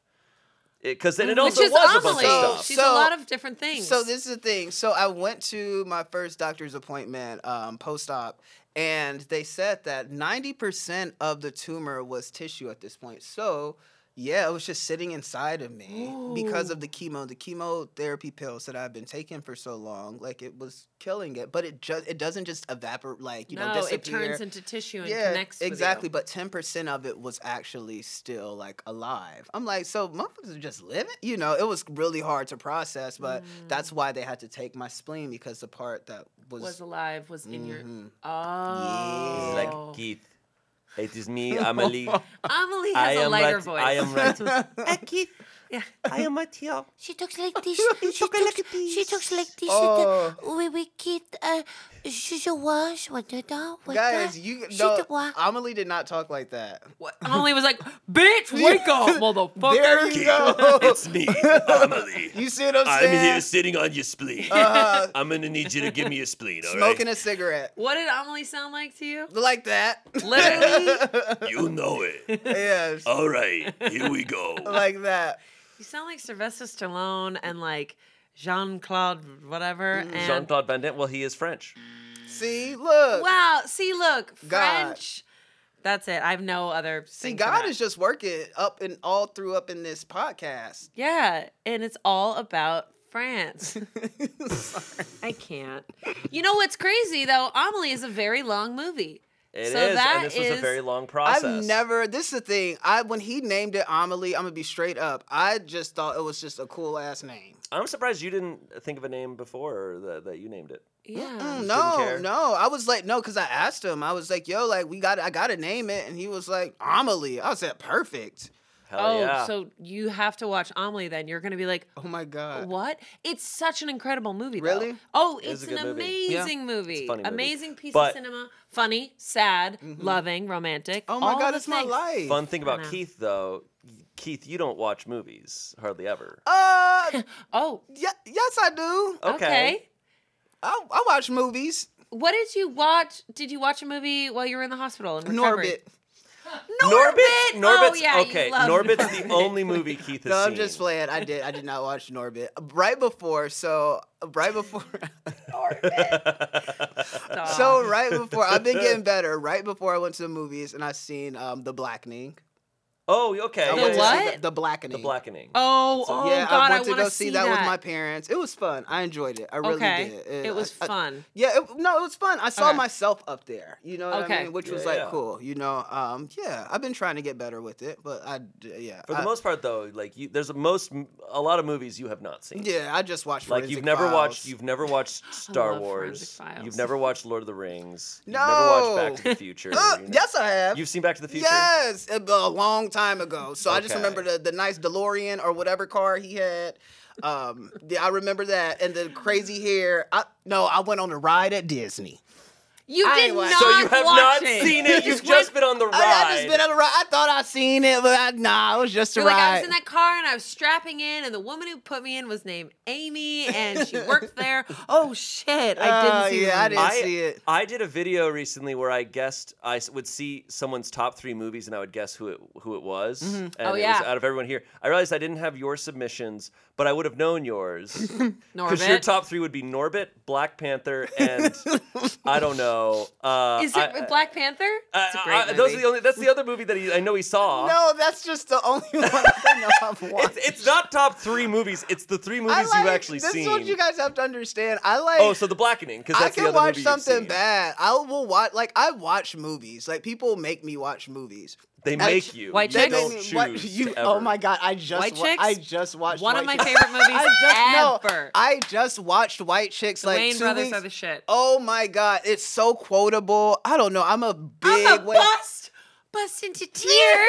Speaker 1: Because then it
Speaker 2: Which
Speaker 1: also
Speaker 2: is
Speaker 1: was a bunch
Speaker 2: Amelie.
Speaker 1: of
Speaker 3: So-
Speaker 1: stuff.
Speaker 2: She's
Speaker 3: So-
Speaker 2: a lot of different things.
Speaker 3: So this is the thing. So I went to my first doctor's appointment, um, post-op, and they said that 90% of the tumor was tissue at this point. So yeah, it was just sitting inside of me because of the chemo, the chemotherapy pills that I've been taking for so long. Like it was killing it, but it just it doesn't just evaporate. Like you know,
Speaker 2: no,
Speaker 3: disappear.
Speaker 2: it turns into tissue and
Speaker 3: yeah,
Speaker 2: connects. with you.
Speaker 3: exactly. But ten percent of it was actually still like alive. I'm like, so motherfuckers are just living. You know, it was really hard to process, but that's why they had to take my spleen because the part that
Speaker 2: Mm.
Speaker 3: was, Mm-hmm.
Speaker 2: Was alive. Was in your. Oh.
Speaker 1: He's like, Keith, it is me, Amelie.
Speaker 2: Amelie
Speaker 1: I
Speaker 2: has a
Speaker 1: am
Speaker 2: lighter
Speaker 1: right.
Speaker 2: voice.
Speaker 1: I am right.
Speaker 2: Keith. Yeah.
Speaker 1: I am right here.
Speaker 6: She talks Oh, like this. she, talks, she talks like this. Oh. We we get uh, je je vois, je vois dedans, what
Speaker 3: guys.
Speaker 6: the-
Speaker 3: You
Speaker 6: je
Speaker 3: no,
Speaker 6: te vois.
Speaker 3: Amelie did not talk like that.
Speaker 2: What? Amelie was like, bitch, wake up, motherfucker.
Speaker 3: There you go.
Speaker 1: It's me, Amelie.
Speaker 3: you see what I'm
Speaker 1: I'm
Speaker 3: saying?
Speaker 1: here sitting on your spleen.
Speaker 3: Uh,
Speaker 1: I'm gonna need you to give me a spleen, all right?
Speaker 3: smoking a cigarette
Speaker 2: What did Amelie sound like to you?
Speaker 3: like that.
Speaker 2: Literally,
Speaker 1: You know it.
Speaker 3: yes,
Speaker 1: All right, here we go.
Speaker 3: like that.
Speaker 2: you sound like Sylvester Stallone and like Jean Claude whatever.
Speaker 3: Mm,
Speaker 2: And
Speaker 1: Jean Claude Van Damme. Well, he is French.
Speaker 3: See, look.
Speaker 2: Wow. See, look,
Speaker 3: God.
Speaker 2: French. That's it. I have no other.
Speaker 3: See,
Speaker 2: thing for
Speaker 3: God
Speaker 2: that.
Speaker 3: is just working up and all through up in this podcast.
Speaker 2: Yeah, and it's all about France. I can't. You know what's crazy though? Amelie is a very long movie.
Speaker 1: It is,
Speaker 2: So that
Speaker 1: and this was a
Speaker 2: is-
Speaker 1: very long process.
Speaker 3: I've never. This is the thing. I when he named it Amelie, I'm gonna be straight up. I just thought it was just a cool ass name.
Speaker 1: I'm surprised you didn't think of a name before that, that you named it.
Speaker 2: Yeah.
Speaker 3: Mm,
Speaker 1: care.
Speaker 3: no, no. I was like, no, because I asked him. I was like, yo, like we got, I gotta name it, and he was like, Amelie. I said, perfect.
Speaker 1: Hell
Speaker 2: Oh,
Speaker 1: yeah.
Speaker 2: so you have to watch Amelie then. You're going to be like,
Speaker 3: Oh my god.
Speaker 2: what? It's such an incredible movie. though.
Speaker 3: Really?
Speaker 2: Oh,
Speaker 1: is
Speaker 2: it's
Speaker 1: a
Speaker 2: an
Speaker 1: good movie. Yeah.
Speaker 2: amazing movie.
Speaker 1: funny movie.
Speaker 2: Amazing piece
Speaker 1: But-
Speaker 2: of cinema. Funny, sad, loving, romantic.
Speaker 3: Mm-hmm. Oh my
Speaker 2: all
Speaker 3: god,
Speaker 2: the
Speaker 3: it's my
Speaker 2: things.
Speaker 3: life.
Speaker 1: Fun thing about
Speaker 2: know.
Speaker 1: Keith, though, Keith, you don't watch movies hardly ever.
Speaker 3: Uh,
Speaker 2: Oh,
Speaker 3: yeah, yes, I do.
Speaker 1: Okay.
Speaker 2: okay.
Speaker 3: I, I watch movies.
Speaker 2: What did you watch? Did you watch a movie while you were in the hospital in recovery?
Speaker 3: Norbit.
Speaker 1: Norbit. Norbit's
Speaker 2: Oh, yeah, you
Speaker 1: okay.
Speaker 2: love
Speaker 1: Norbit's
Speaker 2: Norbit.
Speaker 1: the only movie Keith has
Speaker 3: No,
Speaker 1: seen.
Speaker 3: I'm just playing. I did. I did not watch Norbit. Right before, so right before.
Speaker 2: Stop.
Speaker 3: So right before I've been getting better. Right before I went to the movies and I seen um the blackening.
Speaker 1: Oh, okay.
Speaker 3: I
Speaker 1: yeah,
Speaker 2: The
Speaker 1: yeah,
Speaker 3: went
Speaker 1: yeah.
Speaker 3: to see
Speaker 2: what?
Speaker 3: The, the blackening.
Speaker 1: The Blackening.
Speaker 2: Oh, oh
Speaker 3: yeah,
Speaker 2: God,
Speaker 3: I
Speaker 2: I,
Speaker 3: went to
Speaker 2: want
Speaker 3: go see that, with my parents. It was fun. I enjoyed it. I really
Speaker 2: okay,
Speaker 3: did.
Speaker 2: it, was
Speaker 3: I- I-
Speaker 2: fun.
Speaker 3: yeah, it, no, it was fun. I saw
Speaker 2: Okay.
Speaker 3: myself up there. You know what I
Speaker 2: Okay.
Speaker 3: mean? Which was
Speaker 1: Yeah,
Speaker 3: like
Speaker 1: yeah.
Speaker 3: cool. You know, um, yeah. I've been trying to get better with it, but I d- yeah.
Speaker 1: For the
Speaker 3: I-
Speaker 1: most part, though, like you, there's a most a lot of movies you have not seen.
Speaker 3: yeah, I just watched
Speaker 1: Like
Speaker 3: Forensic
Speaker 1: you've never watched
Speaker 3: Files.
Speaker 1: you've never watched Star
Speaker 2: love
Speaker 1: Wars.
Speaker 2: Forensic Files.
Speaker 1: You've never watched Lord of the Rings. You've never watched Back to
Speaker 3: No.
Speaker 1: the Future.
Speaker 3: Uh,
Speaker 1: you know-
Speaker 3: yes, I have.
Speaker 1: You've seen Back to the Future?
Speaker 3: Yes, a, a long time ago. So I just
Speaker 1: Okay.
Speaker 3: remember the, the nice DeLorean or whatever car he had. Um, yeah, I remember that and the crazy hair. I, no, I went on a ride at Disney.
Speaker 2: You
Speaker 3: I
Speaker 2: did
Speaker 3: ain't watch-
Speaker 2: not.
Speaker 1: So you have
Speaker 2: watch
Speaker 1: not
Speaker 2: it.
Speaker 1: seen it. You've just been on the ride.
Speaker 3: I, I just been on a ride. I thought I seen it, but I, nah, it was just a
Speaker 2: You're like
Speaker 3: ride.
Speaker 2: I was in that car and I was strapping in, and the woman who put me in was named Amy, and she worked there. Oh shit! I
Speaker 3: Oh,
Speaker 2: didn't see. the
Speaker 3: yeah, I
Speaker 2: movie.
Speaker 3: didn't see it.
Speaker 1: I did a video recently where I guessed I s- would see someone's top three movies and I would guess who it who it was.
Speaker 3: Mm-hmm.
Speaker 1: And
Speaker 2: Oh,
Speaker 1: it
Speaker 2: yeah.
Speaker 1: was out of everyone here. I realized I didn't have your submissions, but I would have known yours. Because
Speaker 2: Norbit.
Speaker 1: your top three would be Norbit, Black Panther, and I don't know. Uh,
Speaker 2: Is it
Speaker 1: I- I-
Speaker 2: Black Panther?
Speaker 1: I-
Speaker 2: it's a great
Speaker 1: I-
Speaker 2: movie.
Speaker 1: Uh, Those are the only. That's the other movie that he, I know he saw.
Speaker 3: no, that's just the only one I know I've watched.
Speaker 1: it's, it's not top three movies. It's the three movies
Speaker 3: I like,
Speaker 1: you've actually
Speaker 3: this
Speaker 1: seen.
Speaker 3: is what you guys have to understand. I like.
Speaker 1: oh, so The Blackening, because
Speaker 3: I
Speaker 1: that's the
Speaker 3: can
Speaker 1: other
Speaker 3: watch
Speaker 1: movie you've
Speaker 3: something
Speaker 1: seen.
Speaker 3: bad. I will watch. Like I watch movies. Like people make me watch movies.
Speaker 1: They
Speaker 3: I-
Speaker 1: make you.
Speaker 2: White
Speaker 1: you
Speaker 3: They
Speaker 2: Chicks?
Speaker 1: don't
Speaker 3: make me,
Speaker 1: choose
Speaker 3: what, you,
Speaker 1: to ever.
Speaker 3: oh my god! I just
Speaker 2: White
Speaker 3: wa-
Speaker 2: Chicks?
Speaker 3: I just watched
Speaker 2: One of
Speaker 3: White
Speaker 2: my
Speaker 3: Chicks.
Speaker 2: favorite movies
Speaker 3: I just,
Speaker 2: ever.
Speaker 3: No, I just watched White Chicks
Speaker 2: the
Speaker 3: like
Speaker 2: Wayne
Speaker 3: two
Speaker 2: brothers
Speaker 3: weeks.
Speaker 2: are the shit.
Speaker 3: Oh my god! It's so quotable. I don't know. I'm a big
Speaker 2: I'm a
Speaker 3: Wayne-
Speaker 2: bust, bust into tears.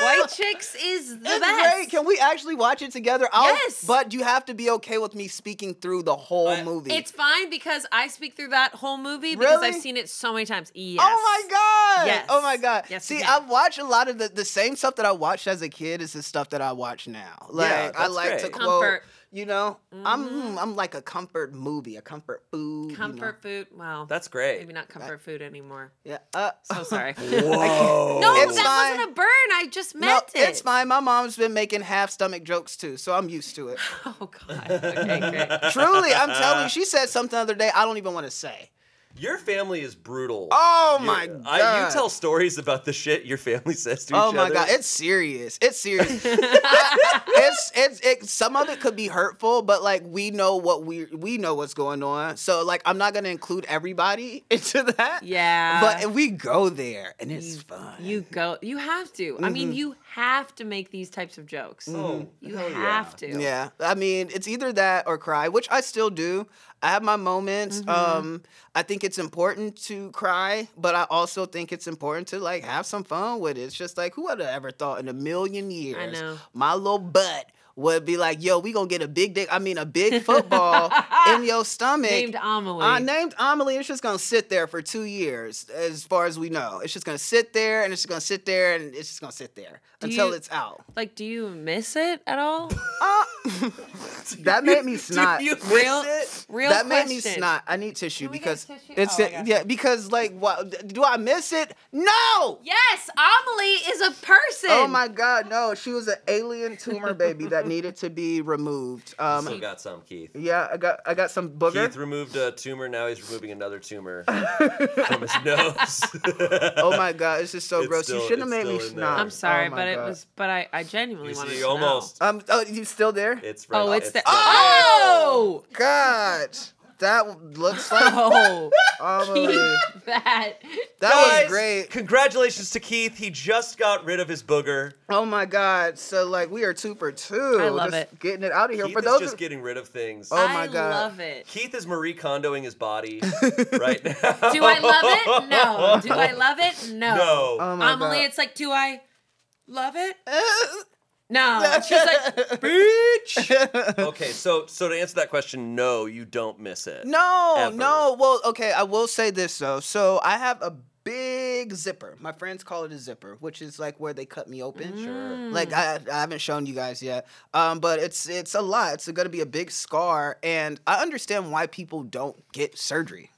Speaker 2: White Chicks is the
Speaker 3: It's
Speaker 2: best.
Speaker 3: great. Can we actually watch it together? I'll,
Speaker 2: Yes.
Speaker 3: But you have to be okay with me speaking through the whole
Speaker 1: I-
Speaker 3: movie.
Speaker 2: It's fine because I speak through that whole movie because
Speaker 3: Really?
Speaker 2: I've seen it so many times. Yes.
Speaker 3: Oh my god!
Speaker 2: Yes.
Speaker 3: Oh my god!
Speaker 2: Yes,
Speaker 3: See,
Speaker 2: you
Speaker 3: I
Speaker 2: can.
Speaker 3: watch a lot of the, the same stuff that I watched as a kid is the stuff that I watch now. Like I
Speaker 1: that's
Speaker 3: like to
Speaker 1: great.
Speaker 3: quote.
Speaker 2: Comfort.
Speaker 3: You know, I'm mm, I'm like a comfort movie, a comfort food. you know.
Speaker 2: Comfort food. Wow.
Speaker 1: That's great.
Speaker 2: maybe not comfort food anymore.
Speaker 3: Yeah. Uh,
Speaker 2: So sorry.
Speaker 1: Whoa.
Speaker 2: No,
Speaker 3: It's
Speaker 2: that
Speaker 3: fine.
Speaker 2: wasn't a burn. I just meant
Speaker 3: no,
Speaker 2: it.
Speaker 3: it's fine. My mom's been making half stomach jokes too, so I'm used to it.
Speaker 2: Oh God. Okay, great.
Speaker 3: Truly, I'm telling you, she said something the other day I don't even want to say.
Speaker 1: Your family is brutal.
Speaker 3: Oh
Speaker 1: You-
Speaker 3: my
Speaker 1: I, you
Speaker 3: God.
Speaker 1: tell stories about the shit your family says to each
Speaker 3: Oh
Speaker 1: other.
Speaker 3: my god, it's serious. It's serious. it's it's it, some of it could be hurtful, but like we know what we we know what's going on. So like I'm not gonna include everybody into that.
Speaker 2: Yeah.
Speaker 3: But we go there and it's fun.
Speaker 2: You go. You have to. I
Speaker 3: Mm-hmm.
Speaker 2: mean, you have to make these types of jokes.
Speaker 1: Mm-hmm.
Speaker 2: you have to.
Speaker 3: Oh, Yeah, I mean, it's either that or cry, which I still do. I have my moments.
Speaker 2: Mm-hmm.
Speaker 3: Um, I think it's important to cry, but I also think it's important to like have some fun with it. It's just like who would have ever thought in a million years
Speaker 2: know.
Speaker 3: my little butt would be like, "Yo, we gonna get a big dick. I mean, a big football in your stomach."
Speaker 2: Named Amelie.
Speaker 3: I named Amelie. It's just gonna sit there for two years, as far as we know. It's just gonna sit there, and it's just gonna sit there, and it's just gonna sit there until
Speaker 2: you-
Speaker 3: it's out.
Speaker 2: Like, do you miss it at all?
Speaker 3: That made me snot.
Speaker 1: you
Speaker 2: Real, real
Speaker 3: that
Speaker 2: question.
Speaker 3: made me snot. I need tissue
Speaker 2: we get
Speaker 3: because
Speaker 2: tissue?
Speaker 3: it's
Speaker 2: Oh, I got
Speaker 3: yeah because like what do I miss it? No.
Speaker 2: Yes, Amelie is a person.
Speaker 3: Oh my God, no! She was an alien tumor baby that needed to be removed.
Speaker 1: Still
Speaker 3: Um,
Speaker 1: got some, Keith.
Speaker 3: yeah, I got I got some booger.
Speaker 1: Keith removed a tumor. Now he's removing another tumor from his nose.
Speaker 3: oh my God, this is so
Speaker 1: It's
Speaker 3: gross. you
Speaker 1: still-
Speaker 3: shouldn't have
Speaker 1: it's
Speaker 3: made me
Speaker 1: still in there.
Speaker 3: snot.
Speaker 2: I'm sorry,
Speaker 3: Oh my
Speaker 2: but it
Speaker 3: God.
Speaker 2: was. But I, I genuinely
Speaker 1: you
Speaker 2: wanted
Speaker 1: see,
Speaker 2: to
Speaker 1: almost.
Speaker 3: Um. Oh, you still there?
Speaker 1: It's right.
Speaker 2: Know. Oh, it's the.
Speaker 1: right-
Speaker 2: Oh.
Speaker 3: God, that looks like.
Speaker 2: Oh.
Speaker 3: Oh,
Speaker 2: that.
Speaker 3: that
Speaker 1: Guys,
Speaker 3: was great.
Speaker 1: Congratulations to Keith. He just got rid of his booger.
Speaker 3: Oh my God! So like we are two for two.
Speaker 2: I love
Speaker 3: Just
Speaker 2: it.
Speaker 3: Getting it out of here
Speaker 1: Keith
Speaker 3: for
Speaker 1: is
Speaker 3: those.
Speaker 1: just
Speaker 3: who-
Speaker 1: getting rid of things.
Speaker 3: Oh my
Speaker 2: I
Speaker 3: God.
Speaker 2: love it.
Speaker 1: Keith is Marie Kondoing his body right now.
Speaker 2: Do I love it? No. Do I love it? No.
Speaker 1: No.
Speaker 3: oh my
Speaker 2: Amelie,
Speaker 3: God.
Speaker 2: it's like, do I love it?
Speaker 3: Uh,
Speaker 2: No. She's like,
Speaker 3: bitch.
Speaker 1: okay, so so to answer that question, no, you don't miss it.
Speaker 3: no,
Speaker 1: Ever.
Speaker 3: no. Well, okay, I will say this though. So I have a big zipper. My friends call it a zipper, which is like where they cut me open.
Speaker 1: Sure.
Speaker 2: Mm.
Speaker 3: Like I, I haven't shown you guys yet, um, but it's it's a lot. It's going to be a big scar, and I understand why people don't get surgery.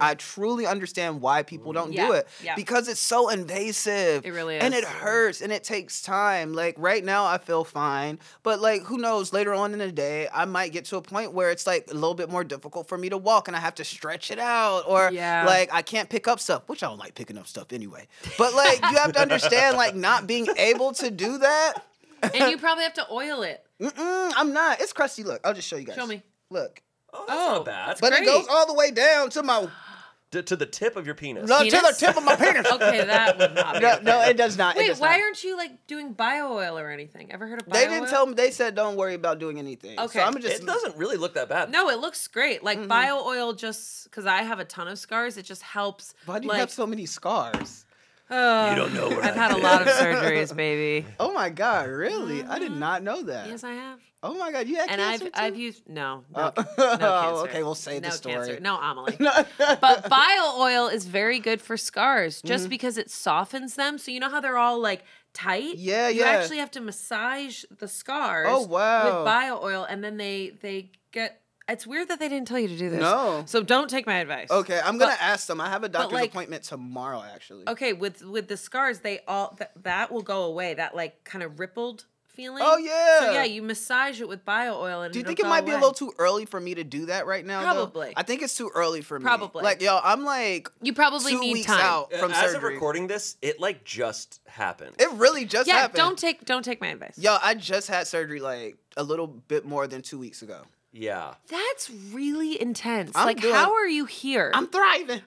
Speaker 3: I truly understand why people don't do
Speaker 2: Mm. Yeah,
Speaker 3: it
Speaker 2: yeah.
Speaker 3: because it's so invasive.
Speaker 2: It really
Speaker 3: and
Speaker 2: is.
Speaker 3: it hurts, and it takes time. Like right now, I feel fine, but like who knows? Later on in the day, I might get to a point where it's like a little bit more difficult for me to walk, and I have to stretch it out, or
Speaker 2: Yeah.
Speaker 3: like like I can't pick up stuff, which I don't like picking up stuff anyway. But like you have to understand, like not being able to do that.
Speaker 2: and you probably have to oil it.
Speaker 3: Mm-mm, I'm not. It's crusty. Look, I'll just show you guys.
Speaker 2: Show me.
Speaker 3: Look,
Speaker 1: Oh, that's
Speaker 2: Oh,
Speaker 1: not bad.
Speaker 3: but
Speaker 2: Great.
Speaker 3: it goes all the way down to my
Speaker 1: D- to the tip of your penis.
Speaker 3: no, to the
Speaker 2: Penis?
Speaker 3: tip of my penis.
Speaker 2: Okay, that would not be.
Speaker 3: No, no, it does not. It
Speaker 2: Wait,
Speaker 3: does
Speaker 2: why
Speaker 3: not.
Speaker 2: aren't you like doing bio oil or anything? Ever heard of bio
Speaker 3: They didn't tell me. They said don't worry about doing anything.
Speaker 2: Okay.
Speaker 3: so I'm just.
Speaker 1: It doesn't really look that bad.
Speaker 2: No, it looks great. Like bio oil, just because I have a ton of scars, it just helps.
Speaker 3: Why do you
Speaker 2: like,
Speaker 3: have so many scars?
Speaker 2: Oh,
Speaker 1: You don't know where
Speaker 2: I've had a lot of surgeries, baby.
Speaker 3: Oh my god, really? I did not know that.
Speaker 2: Mm-hmm. Yes, I have.
Speaker 3: Oh my god, you had
Speaker 2: And I've
Speaker 3: cancer too?
Speaker 2: I've used no no, ca-
Speaker 3: Oh.
Speaker 2: no
Speaker 3: Oh,
Speaker 2: cancer.
Speaker 3: okay, we'll save the
Speaker 2: no
Speaker 3: story.
Speaker 2: Cancer, no Amelie. but bio oil is very good for scars just
Speaker 3: Mm.
Speaker 2: because it softens them. So you know how they're all like tight?
Speaker 3: Yeah,
Speaker 2: you
Speaker 3: yeah.
Speaker 2: actually have to massage the scars
Speaker 3: Oh, wow.
Speaker 2: with bio oil and then they they get it's weird that they didn't tell you to do this.
Speaker 3: No.
Speaker 2: So don't take my advice.
Speaker 3: Okay, I'm gonna ask them. I have a doctor's
Speaker 2: like-
Speaker 3: appointment tomorrow, actually.
Speaker 2: Okay, with with the scars, they all th- that will go away. That like kind of rippled feeling.
Speaker 3: Oh,
Speaker 2: So
Speaker 3: yeah.
Speaker 2: yeah, you massage it with bio oil and
Speaker 3: Do you
Speaker 2: it'll
Speaker 3: think it
Speaker 2: go
Speaker 3: might be a
Speaker 2: away.
Speaker 3: little too early for me to do that right now? though?
Speaker 2: Probably.
Speaker 3: I think it's too early for me.
Speaker 2: Probably.
Speaker 3: Like, yo, I'm like
Speaker 2: You probably
Speaker 3: two
Speaker 2: need
Speaker 3: weeks
Speaker 2: time.
Speaker 3: out
Speaker 1: Uh,
Speaker 3: from
Speaker 1: As
Speaker 3: surgery.
Speaker 1: of recording this, it like just happened.
Speaker 3: It really just
Speaker 2: Yeah,
Speaker 3: happened.
Speaker 2: don't take don't take my advice.
Speaker 3: Yo, I just had surgery like a little bit more than two weeks ago.
Speaker 1: yeah.
Speaker 2: That's really intense.
Speaker 3: I'm
Speaker 2: like,
Speaker 3: doing-
Speaker 2: how are you here?
Speaker 3: I'm thriving.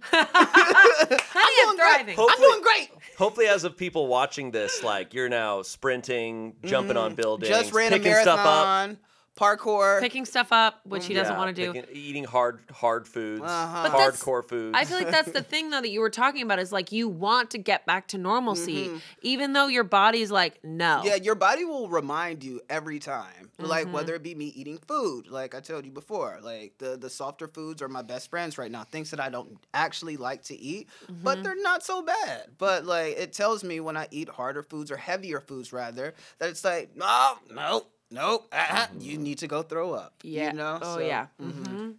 Speaker 2: Honey, I'm
Speaker 3: doing great.
Speaker 2: thriving.
Speaker 1: Hope-
Speaker 3: I'm doing great.
Speaker 1: Hopefully, as of people watching this, like you're now sprinting, jumping on buildings,
Speaker 3: Mm, Just ran a
Speaker 1: picking stuff up.
Speaker 3: marathon, parkour.
Speaker 2: Picking stuff up, which he doesn't
Speaker 1: Yeah,
Speaker 2: want to do.
Speaker 1: picking- eating hard, hard foods,
Speaker 3: Uh-huh. But
Speaker 2: that's-
Speaker 1: hardcore foods.
Speaker 2: I feel like that's the thing though that you were talking about is like you want to get back to normalcy,
Speaker 1: Mm-hmm.
Speaker 2: even though your body's like, no.
Speaker 3: Yeah, your body will remind you every time.
Speaker 4: Mm-hmm.
Speaker 3: Like whether it be me eating food, like I told you before, like the the softer foods are my best friends right now. Things that I don't actually like to eat,
Speaker 4: Mm-hmm.
Speaker 3: but they're not so bad. But like it tells me when I eat harder foods or heavier foods rather that it's like no, no. nope, uh-uh, you need to go throw up.
Speaker 4: Yeah.
Speaker 3: You know?
Speaker 4: oh
Speaker 3: So, mm-hmm.
Speaker 4: yeah.
Speaker 1: mm-hmm.
Speaker 2: Mm-hmm.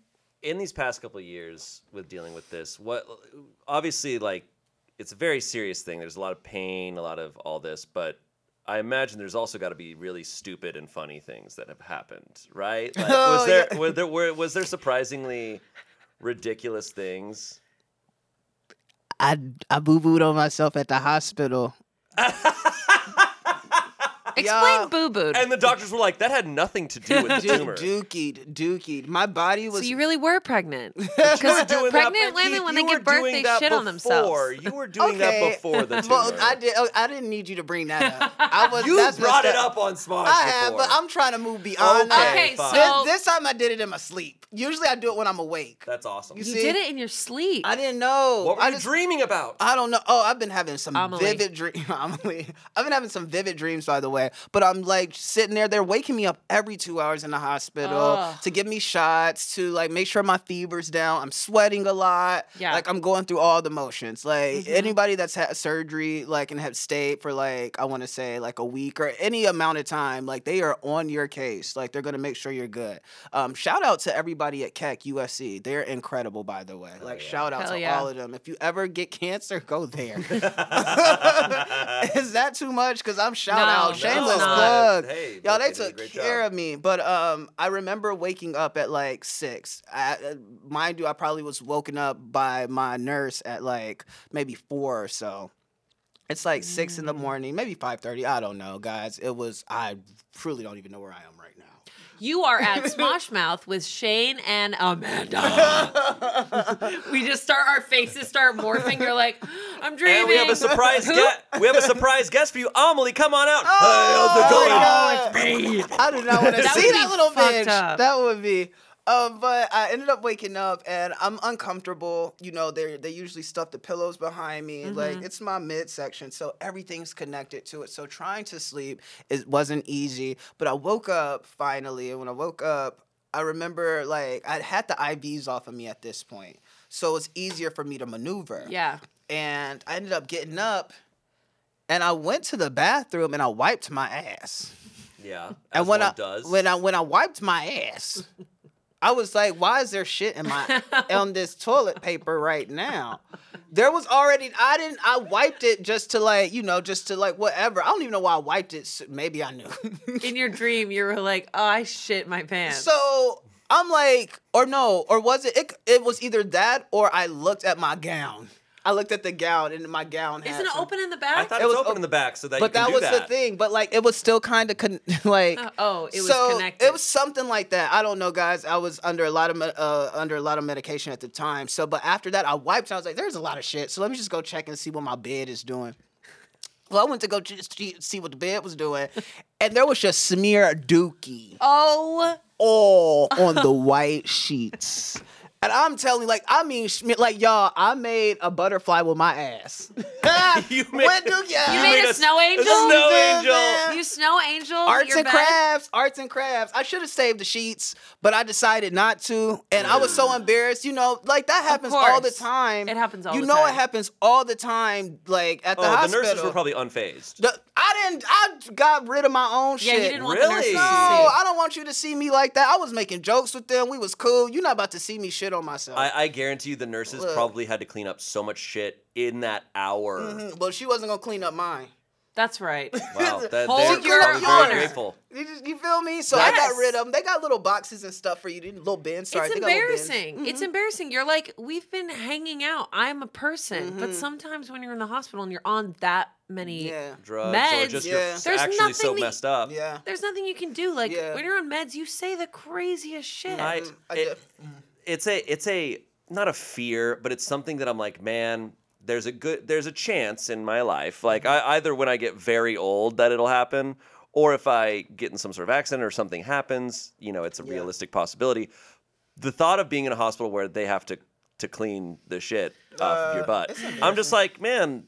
Speaker 1: in these past couple of years with dealing with this what obviously like it's a very serious thing there's a lot of pain a lot of all this but i imagine there's also got to be really stupid and funny things that have happened right like, was
Speaker 3: Oh,
Speaker 1: there,
Speaker 3: yeah.
Speaker 1: were there were, was there surprisingly ridiculous things
Speaker 3: I, I boo booed on myself at the hospital.
Speaker 2: Explain
Speaker 3: Yeah.
Speaker 2: boo boo.
Speaker 1: and the doctors were like that had nothing to do with the
Speaker 3: Du-
Speaker 1: tumor
Speaker 3: dookied, dookied. My body was.
Speaker 2: So you really were pregnant.
Speaker 1: You were
Speaker 2: Because
Speaker 1: doing that,
Speaker 2: pregnant
Speaker 1: but Keith,
Speaker 2: women, when
Speaker 1: you
Speaker 2: they
Speaker 1: were
Speaker 2: give birth,
Speaker 1: doing
Speaker 2: they
Speaker 1: that
Speaker 2: shit on
Speaker 1: before.
Speaker 2: themselves.
Speaker 1: You were doing that before the tumor.
Speaker 3: Well, I did. oh, I didn't need you to bring that up. I was.
Speaker 1: you
Speaker 3: that's
Speaker 1: brought
Speaker 3: messed
Speaker 1: it up on Smosh
Speaker 3: I have,
Speaker 1: before.
Speaker 3: but I'm trying to move beyond that.
Speaker 1: Okay,
Speaker 2: Okay,
Speaker 1: fine.
Speaker 2: so
Speaker 3: This, this time I did it in my sleep. Usually I do it when I'm awake.
Speaker 1: That's awesome.
Speaker 3: You
Speaker 2: you
Speaker 3: see-
Speaker 2: did it in your sleep.
Speaker 3: I didn't know.
Speaker 1: what were
Speaker 3: I
Speaker 1: you dreaming about?
Speaker 3: I don't know. Oh, I've been having some
Speaker 2: Amelie.
Speaker 3: vivid dreams. Amelie. I've been having some vivid dreams, by the way. But I'm like sitting there. They're waking me up every two hours in the hospital
Speaker 4: Ugh.
Speaker 3: to give me shots, to like make sure my fever's down. I'm sweating a lot.
Speaker 4: Yeah.
Speaker 3: Like I'm going through all the motions. Like
Speaker 2: Mm-hmm.
Speaker 3: anybody that's had surgery, like and have stayed for like I want to say like a week or any amount of time, like they are on your case. Like they're gonna make sure you're good. Um, shout out to everybody at CAC UFC. They're incredible, by the way. Like shout out
Speaker 2: Hell
Speaker 3: to
Speaker 2: yeah.
Speaker 3: all of them. If you ever get cancer, go there. Is that too much? Because I'm shout
Speaker 2: No,
Speaker 3: out.
Speaker 2: no,
Speaker 3: Shameless
Speaker 2: it's not.
Speaker 3: plug.
Speaker 1: Hey,
Speaker 3: Y'all,
Speaker 1: look, they
Speaker 3: they
Speaker 1: did a
Speaker 3: took
Speaker 1: great
Speaker 3: care
Speaker 1: job.
Speaker 3: of me. But um, I remember waking up at like six. I, uh, mind you, I probably was woken up by my nurse at like maybe four or so. It's like six
Speaker 1: Mm.
Speaker 3: in the morning, maybe five thirty. I don't know, guys. It was. I truly don't even know where I am right now.
Speaker 2: You are at Smoshmouth with Shane and Amanda. we just start, our faces start morphing. You're like, I'm dreaming.
Speaker 1: And we have a surprise guest. We have a surprise guest for you, Amelie. Come on out. hey, how's it
Speaker 3: Oh,
Speaker 1: going?
Speaker 3: God. I do not want to
Speaker 2: That
Speaker 3: see
Speaker 2: would
Speaker 3: that
Speaker 2: be
Speaker 3: little
Speaker 2: fucked
Speaker 3: bitch.
Speaker 2: up.
Speaker 3: That would be. Um, but I ended up waking up and I'm uncomfortable. You know, they they usually stuff the pillows behind me.
Speaker 2: Mm-hmm.
Speaker 3: Like it's my midsection, so everything's connected to it. So trying to sleep it wasn't easy. But I woke up finally, and when I woke up, I remember like I had the IVs off of me at this point, so it's easier for me to maneuver
Speaker 2: Yeah.
Speaker 3: and I ended up getting up and I went to the bathroom and I wiped my ass.
Speaker 1: Yeah. As
Speaker 3: And when
Speaker 1: one
Speaker 3: I
Speaker 1: does.
Speaker 3: when I when I wiped my ass, I was like, why is there shit in my on this toilet paper right now? There was already I didn't I wiped it just to like, you know, just to like whatever. I don't even know why I wiped it. so- Maybe I knew.
Speaker 2: In your dream, you were like, oh, I shit my pants.
Speaker 3: So I'm like, or no, or was it, it? It was either that or I looked at my gown. I looked at the gown and my gown. had
Speaker 2: Isn't it
Speaker 3: some-
Speaker 2: open in the
Speaker 1: I
Speaker 2: back?
Speaker 1: thought
Speaker 3: It
Speaker 1: it was
Speaker 3: was
Speaker 1: open
Speaker 3: op-
Speaker 1: in the back so that you
Speaker 3: but
Speaker 1: can
Speaker 3: that
Speaker 1: do
Speaker 3: was
Speaker 1: that.
Speaker 3: the thing. But like, it was still kind of con- like.
Speaker 2: oh, it was
Speaker 3: so
Speaker 2: connected.
Speaker 3: It was something like that. I don't know, guys. I was under a lot of me- uh, under a lot of medication at the time. So, but after that, I wiped. And I was like, "There's a lot of shit." So let me just go check and see what my bed is doing. Well, I went to go ch- ch- see what the bed was doing, and there was just smear dookie
Speaker 2: oh,
Speaker 3: all on the white sheets. And I'm telling you, like, I mean, schmi- like, y'all, I made a butterfly with my ass.
Speaker 1: You
Speaker 3: What
Speaker 1: made-
Speaker 3: do ya-
Speaker 2: you made a snow angel?
Speaker 1: snow
Speaker 3: Yeah,
Speaker 1: angel.
Speaker 3: man.
Speaker 2: You snow angel?
Speaker 3: Arts
Speaker 2: your
Speaker 3: and
Speaker 2: bed?
Speaker 3: crafts, arts and crafts. I should have saved the sheets, but I decided not to, and I was so embarrassed. You know, like that happens all the
Speaker 2: course.
Speaker 3: time.
Speaker 2: It happens all
Speaker 3: You
Speaker 2: the
Speaker 3: know, it
Speaker 2: time.
Speaker 3: happens all the time. Like at the
Speaker 1: Oh, the
Speaker 3: hospital,
Speaker 1: nurses were probably unfazed.
Speaker 3: The- I didn't. I got rid of my own
Speaker 2: Yeah,
Speaker 3: shit.
Speaker 2: you didn't want the
Speaker 1: Really?
Speaker 2: nurses
Speaker 3: No,
Speaker 2: to see.
Speaker 1: it.
Speaker 3: I don't want you to see me like that. I was making jokes with them. We was cool. You're not about to see me shit on myself.
Speaker 1: I, I guarantee you the nurses
Speaker 3: Look.
Speaker 1: probably had to clean up so much shit in that hour.
Speaker 3: Mm, well, she wasn't gonna clean up mine.
Speaker 2: That's right.
Speaker 1: Wow. That, they're
Speaker 2: Hold
Speaker 1: probably
Speaker 2: your
Speaker 1: very
Speaker 2: honor.
Speaker 1: grateful.
Speaker 3: You, just, you feel me? So I
Speaker 2: Yes.
Speaker 3: got rid of them. They got little boxes and stuff for you. They- Little bins. Sorry,
Speaker 2: it's
Speaker 3: they got little bins. Mm,
Speaker 2: embarrassing. It's embarrassing. You're like, we've been hanging out. I'm a person. But sometimes when you're in the hospital and you're on that many
Speaker 3: Yeah.
Speaker 1: Drugs or
Speaker 2: Meds.
Speaker 1: just
Speaker 3: Yeah.
Speaker 1: you're
Speaker 2: There's
Speaker 1: actually so
Speaker 2: nothing that-
Speaker 1: messed up.
Speaker 3: Yeah.
Speaker 2: There's nothing you can do. Like
Speaker 3: Yeah.
Speaker 2: when you're on meds, you say the craziest shit.
Speaker 1: I,
Speaker 3: I mm.
Speaker 1: it- it's a it's a not a fear, but it's something that I'm like, man, there's a good there's a chance in my life. Like
Speaker 3: Mm-hmm.
Speaker 1: I, either when I get very old that it'll happen, or if I get in some sort of accident or something happens, you know, it's a realistic possibility. The thought of being in a hospital
Speaker 3: Uh,
Speaker 1: where they have to to clean the shit off of your butt, I'm just like, man,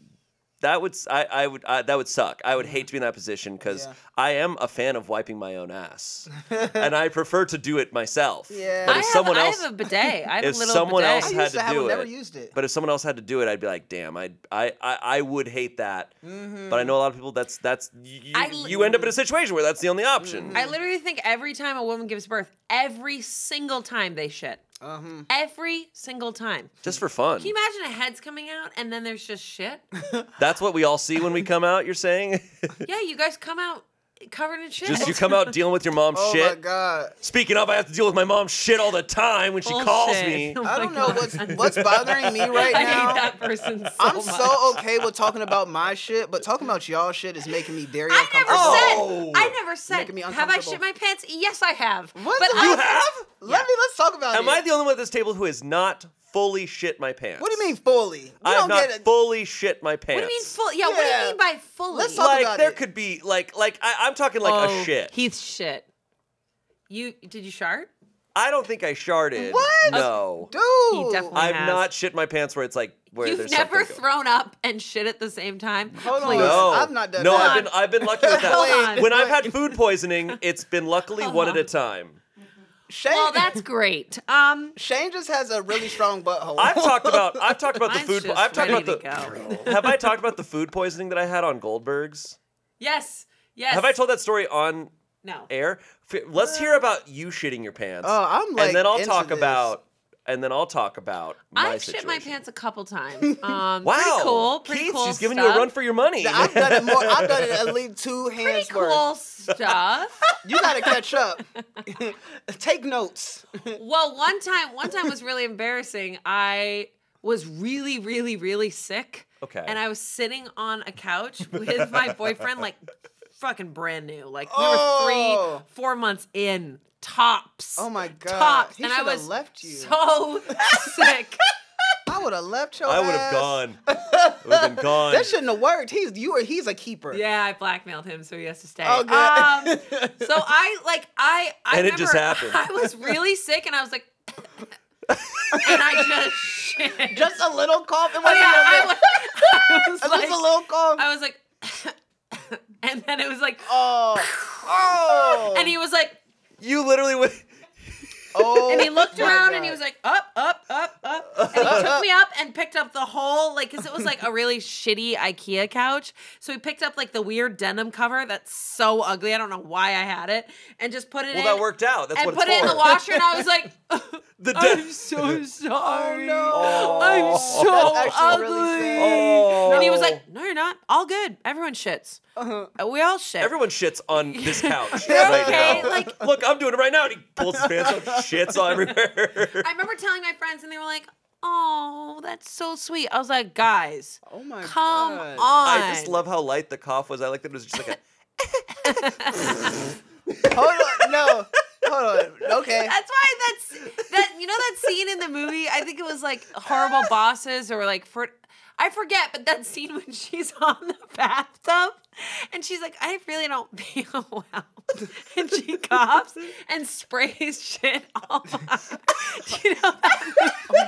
Speaker 1: that would s- I, I would I, that would suck. I would hate to be in that position because
Speaker 3: Mm-hmm. Yeah.
Speaker 1: I am a fan of wiping my own ass, and I prefer to do it myself.
Speaker 3: Yeah.
Speaker 1: but
Speaker 2: I
Speaker 1: if
Speaker 2: have,
Speaker 1: someone
Speaker 2: I
Speaker 1: else,
Speaker 2: have a bidet. I have
Speaker 1: if
Speaker 2: a little
Speaker 1: someone
Speaker 2: bidet.
Speaker 1: else
Speaker 3: I
Speaker 1: had
Speaker 3: used
Speaker 1: to
Speaker 3: to have
Speaker 1: do
Speaker 3: one,
Speaker 1: it,
Speaker 3: never used it.
Speaker 1: but if someone else had to do it, I'd be like, damn, I I I, I would hate that.
Speaker 3: Mm-hmm.
Speaker 1: But I know a lot of people. That's that's you,
Speaker 2: I li-
Speaker 1: you end up in a situation where that's the only option.
Speaker 3: Mm-hmm.
Speaker 2: I literally think every time a woman gives birth, every single time they shit.
Speaker 3: Uh-huh.
Speaker 2: Every single time.
Speaker 1: just for fun.
Speaker 2: Can you imagine a head's coming out and then there's just shit?
Speaker 1: That's what we all see when we come out. You're saying,
Speaker 2: yeah, you guys come out covered in shit.
Speaker 1: just you come out dealing with your mom's
Speaker 3: Oh
Speaker 1: shit.
Speaker 3: my god.
Speaker 1: Speaking of, I have to deal with my mom's shit all the time when she calls
Speaker 2: Bullshit.
Speaker 1: me.
Speaker 2: Oh
Speaker 3: I
Speaker 2: my
Speaker 3: don't know
Speaker 2: God.
Speaker 3: what's what's bothering me right
Speaker 2: I
Speaker 3: now.
Speaker 2: hate that person so
Speaker 3: I'm
Speaker 2: much.
Speaker 3: so okay with talking about my shit, but talking about y'all shit is making me very
Speaker 2: I never
Speaker 3: uncomfortable.
Speaker 2: said. I never
Speaker 3: Oh. Making me
Speaker 2: said. Have I shit
Speaker 3: uncomfortable.
Speaker 2: my pants? Yes, I have.
Speaker 3: What
Speaker 2: but
Speaker 3: the-
Speaker 2: I,
Speaker 3: you have? Let me let's talk about
Speaker 1: Am
Speaker 3: it.
Speaker 1: I the only one at this table who has not fully shit my pants?
Speaker 3: what do you mean fully?
Speaker 1: I
Speaker 3: We
Speaker 1: have not
Speaker 3: get it.
Speaker 1: fully shit my pants.
Speaker 2: What do you mean full? Yeah, What do
Speaker 3: Yeah.
Speaker 2: you mean by fully?
Speaker 3: Let's talk Oh,
Speaker 1: Like
Speaker 3: about
Speaker 1: there
Speaker 3: it.
Speaker 1: could be like like I, I'm talking like
Speaker 2: Oh,
Speaker 1: a shit.
Speaker 2: Heath shit. You did you shart?
Speaker 1: I don't think I sharded.
Speaker 3: What?
Speaker 1: No.
Speaker 3: Dude.
Speaker 2: He definitely-
Speaker 1: I've
Speaker 2: has.
Speaker 1: not shit my pants where it's like where
Speaker 2: You've
Speaker 1: there's
Speaker 2: never
Speaker 1: something going-
Speaker 2: thrown up and shit at the same time.
Speaker 3: Hold on.
Speaker 2: Please.
Speaker 1: No,
Speaker 3: I've not done
Speaker 1: no,
Speaker 3: that.
Speaker 1: I've been I've been lucky with that.
Speaker 2: Hold on.
Speaker 1: when I've had food poisoning, it's been luckily
Speaker 2: Uh-huh.
Speaker 1: one at a time.
Speaker 3: Shane,
Speaker 2: Well, that's great. Um,
Speaker 3: Shane just has a really strong butthole.
Speaker 1: I've talked about I've talked about the
Speaker 2: mine's
Speaker 1: food. po-
Speaker 2: just
Speaker 1: I've talked about
Speaker 2: ready
Speaker 1: the.
Speaker 2: to go.
Speaker 1: Have I talked about the food poisoning that I had on Goldberg's?
Speaker 2: yes, yes.
Speaker 1: Have I told that story on
Speaker 2: No.
Speaker 1: air? F- Let's hear about you shitting your pants.
Speaker 3: Uh, Oh, I'm, like,
Speaker 1: and then I'll
Speaker 3: into
Speaker 1: talk
Speaker 3: this.
Speaker 1: about, and then I'll talk about my
Speaker 2: I've shit
Speaker 1: situation.
Speaker 2: my pants a couple times. Um,
Speaker 1: Wow,
Speaker 2: pretty cool. Pretty
Speaker 1: Keith,
Speaker 2: cool.
Speaker 1: she's
Speaker 2: stuff.
Speaker 1: giving you a run for your money.
Speaker 3: I've done it more. I've done it at least two hands
Speaker 2: pretty
Speaker 3: worth.
Speaker 2: cool stuff.
Speaker 3: You gotta catch up. Take notes.
Speaker 2: Well, one time, one time was really embarrassing. I was really, really, really sick.
Speaker 1: Okay.
Speaker 2: And I was sitting on a couch with my boyfriend, like fucking brand new. Like we were
Speaker 3: Oh.
Speaker 2: three, four months in tops.
Speaker 3: Oh my God.
Speaker 2: tops.
Speaker 3: He
Speaker 2: and I
Speaker 3: should have
Speaker 2: was
Speaker 3: left you.
Speaker 2: so sick.
Speaker 3: I would have left your
Speaker 1: I would have
Speaker 3: ass.
Speaker 1: gone. I would have been gone.
Speaker 3: That shouldn't have worked. He's you are he's a keeper.
Speaker 2: Yeah, I blackmailed him, so he has to stay.
Speaker 3: Oh, good.
Speaker 2: Um, so I like I I
Speaker 1: And it
Speaker 2: remember
Speaker 1: just happened.
Speaker 2: I was really sick, and I was like, and I just shit.
Speaker 3: Just a little cough. It
Speaker 2: Oh,
Speaker 3: wasn't
Speaker 2: yeah, I
Speaker 3: a little
Speaker 2: was, I was
Speaker 3: bit. It was
Speaker 2: like,
Speaker 3: just a little cough.
Speaker 2: I was like, and then it was like,
Speaker 3: oh. Oh.
Speaker 2: and he was like,
Speaker 1: you literally would.
Speaker 3: oh.
Speaker 2: and he looked
Speaker 3: my
Speaker 2: around and he
Speaker 3: God.
Speaker 2: was like, up, up, up, up, and he took me up and picked up the whole like, cause it was like a really shitty IKEA couch, so he picked up like the weird denim cover that's so ugly. I don't know why I had it, and just put it
Speaker 1: Well,
Speaker 2: in.
Speaker 1: that worked out. That's
Speaker 2: and
Speaker 1: what
Speaker 2: put
Speaker 1: it's
Speaker 2: it
Speaker 1: for.
Speaker 2: in
Speaker 1: Oh,
Speaker 2: the washer, and I was like, "Oh,
Speaker 1: The
Speaker 2: "I'm
Speaker 1: de-
Speaker 2: so sorry,
Speaker 3: no.
Speaker 2: I'm so
Speaker 3: That's
Speaker 2: ugly."
Speaker 3: actually really
Speaker 1: Oh.
Speaker 2: And he was like, "No, you're not. All good. Everyone shits.
Speaker 3: Uh-huh.
Speaker 2: Uh, We all shit.
Speaker 1: Everyone shits on this couch
Speaker 2: They're
Speaker 1: right
Speaker 2: okay,
Speaker 1: now.
Speaker 2: like-
Speaker 1: Look, I'm doing it right now, and he pulls his pants up, shits all everywhere.
Speaker 2: I remember telling my friends, and they were like, "Oh, that's so sweet." I was like, "Guys,
Speaker 3: Oh my
Speaker 2: come
Speaker 3: God.
Speaker 2: on."
Speaker 1: I just love how light the cough was. I like that it was just like a.
Speaker 3: Hold on. No. Hold on. Okay.
Speaker 2: That's why that's that. You know that scene in the movie? I think it was like horrible bosses or like for. I forget, but that scene when she's on the bathtub and she's like, I really don't feel well. And she coughs and sprays shit all over. Do you know that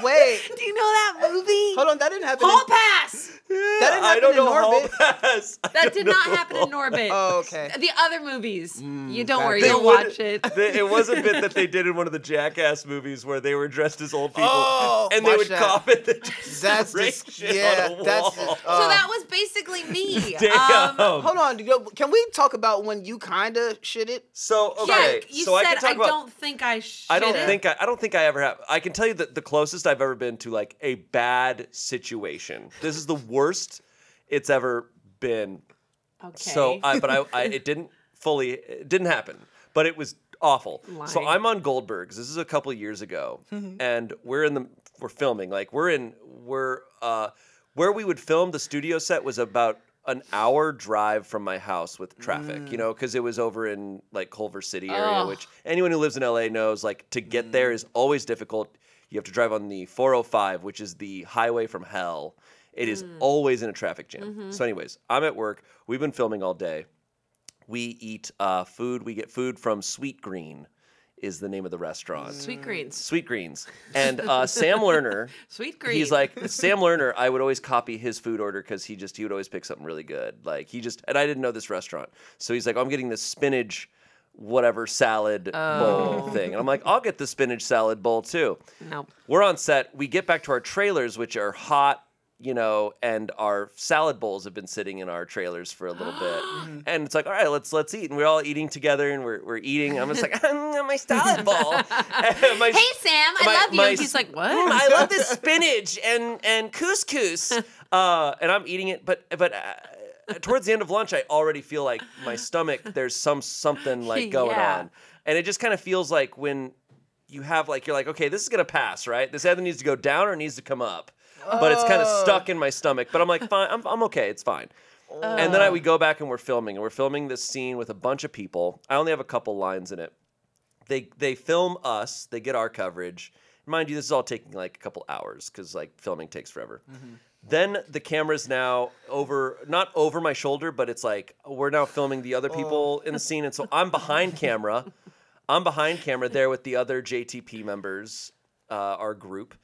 Speaker 3: Wait.
Speaker 2: Do you know that movie?
Speaker 3: Hold on. That didn't happen. in-
Speaker 2: Hall pass!
Speaker 3: that didn't
Speaker 1: I
Speaker 3: happen
Speaker 1: don't
Speaker 3: in
Speaker 1: know
Speaker 3: orbit.
Speaker 1: how pass. I
Speaker 2: That
Speaker 1: don't
Speaker 2: did
Speaker 1: know.
Speaker 2: not happen in Norbit.
Speaker 3: Oh, okay.
Speaker 2: The other movies. you don't
Speaker 3: gotcha.
Speaker 2: worry,
Speaker 3: They
Speaker 2: you'll
Speaker 1: would-
Speaker 2: watch it.
Speaker 1: They- it was a bit that they did in one of the Jackass movies where they were dressed as old people
Speaker 3: Oh,
Speaker 1: and they
Speaker 3: watch
Speaker 1: would
Speaker 3: that.
Speaker 1: cough and then just
Speaker 3: That's
Speaker 1: rake
Speaker 3: just,
Speaker 1: shit
Speaker 3: yeah.
Speaker 1: on a
Speaker 3: That's
Speaker 1: wall.
Speaker 3: uh,
Speaker 2: so that was basically me.
Speaker 1: Damn.
Speaker 2: Um,
Speaker 3: Hold on. yo, Can we talk about when you kind of shit it?
Speaker 1: so okay,
Speaker 2: Yeah, you
Speaker 1: so I
Speaker 2: said
Speaker 1: can talk about.
Speaker 2: don't think I should.
Speaker 1: I don't think I, I don't think I ever have. I can tell you that the closest I've ever been to like a bad situation. This is the worst it's ever been.
Speaker 2: Okay.
Speaker 1: So I, but I, I it didn't fully it didn't happen, but it was awful. So
Speaker 2: Lying.
Speaker 1: I'm on Goldberg's. This is a couple of years ago, and we're in the we're filming. Like we're in we're uh where we would film the studio set was about an hour drive from my house with traffic, you know, because it was over in like Culver City area,
Speaker 2: Ugh.
Speaker 1: which anyone who lives in LA knows. Like to get there is always difficult. You have to drive on the 405, which is the highway from hell. It is always in a traffic jam. So, anyways, I'm at work. We've been filming all day. We eat uh, food. We get food from Sweet Green, is the name of the restaurant.
Speaker 2: Sweet greens.
Speaker 1: Sweet Greens. And uh, Sam Lerner,
Speaker 2: Sweet greens.
Speaker 1: he's like, Sam Lerner, I would always copy his food order because he just, he would always pick something really good. Like he just, and I didn't know this restaurant. So he's like, "Oh, I'm getting this spinach, whatever salad bowl thing. And I'm like, I'll get the spinach salad bowl too.
Speaker 2: Nope.
Speaker 1: We're on set. We get back to our trailers, which are hot, you know, and our salad bowls have been sitting in our trailers for a little bit. and it's like, all right, let's let's eat. And we're all eating together, and we're, we're eating. I'm just like, "Mm, my salad bowl. And my-
Speaker 2: Hey Sam, I
Speaker 1: my-
Speaker 2: love you.
Speaker 1: my-
Speaker 2: he's like, what?
Speaker 1: "Mm, I love this spinach and and couscous. Uh, and I'm eating it, but but. Uh, towards the end of lunch, I already feel like my stomach. There's some something like going
Speaker 2: Yeah.
Speaker 1: on, and it just kind of feels like when you have like you're like, okay, this is gonna pass, right? This either needs to go down or it needs to come up, but it's kind of stuck in my stomach. But I'm like, fine, I'm, I'm okay, it's fine. And then I, we go back and we're filming, and we're filming this scene with a bunch of people. I only have a couple lines in it. They they film us, they get our coverage. Mind you, this is all taking like a couple hours because like filming takes forever. Then the camera's now over, not over my shoulder, but it's like we're now filming the other people in the scene, and so I'm behind camera. I'm behind camera there with the other JTP members, uh, our group.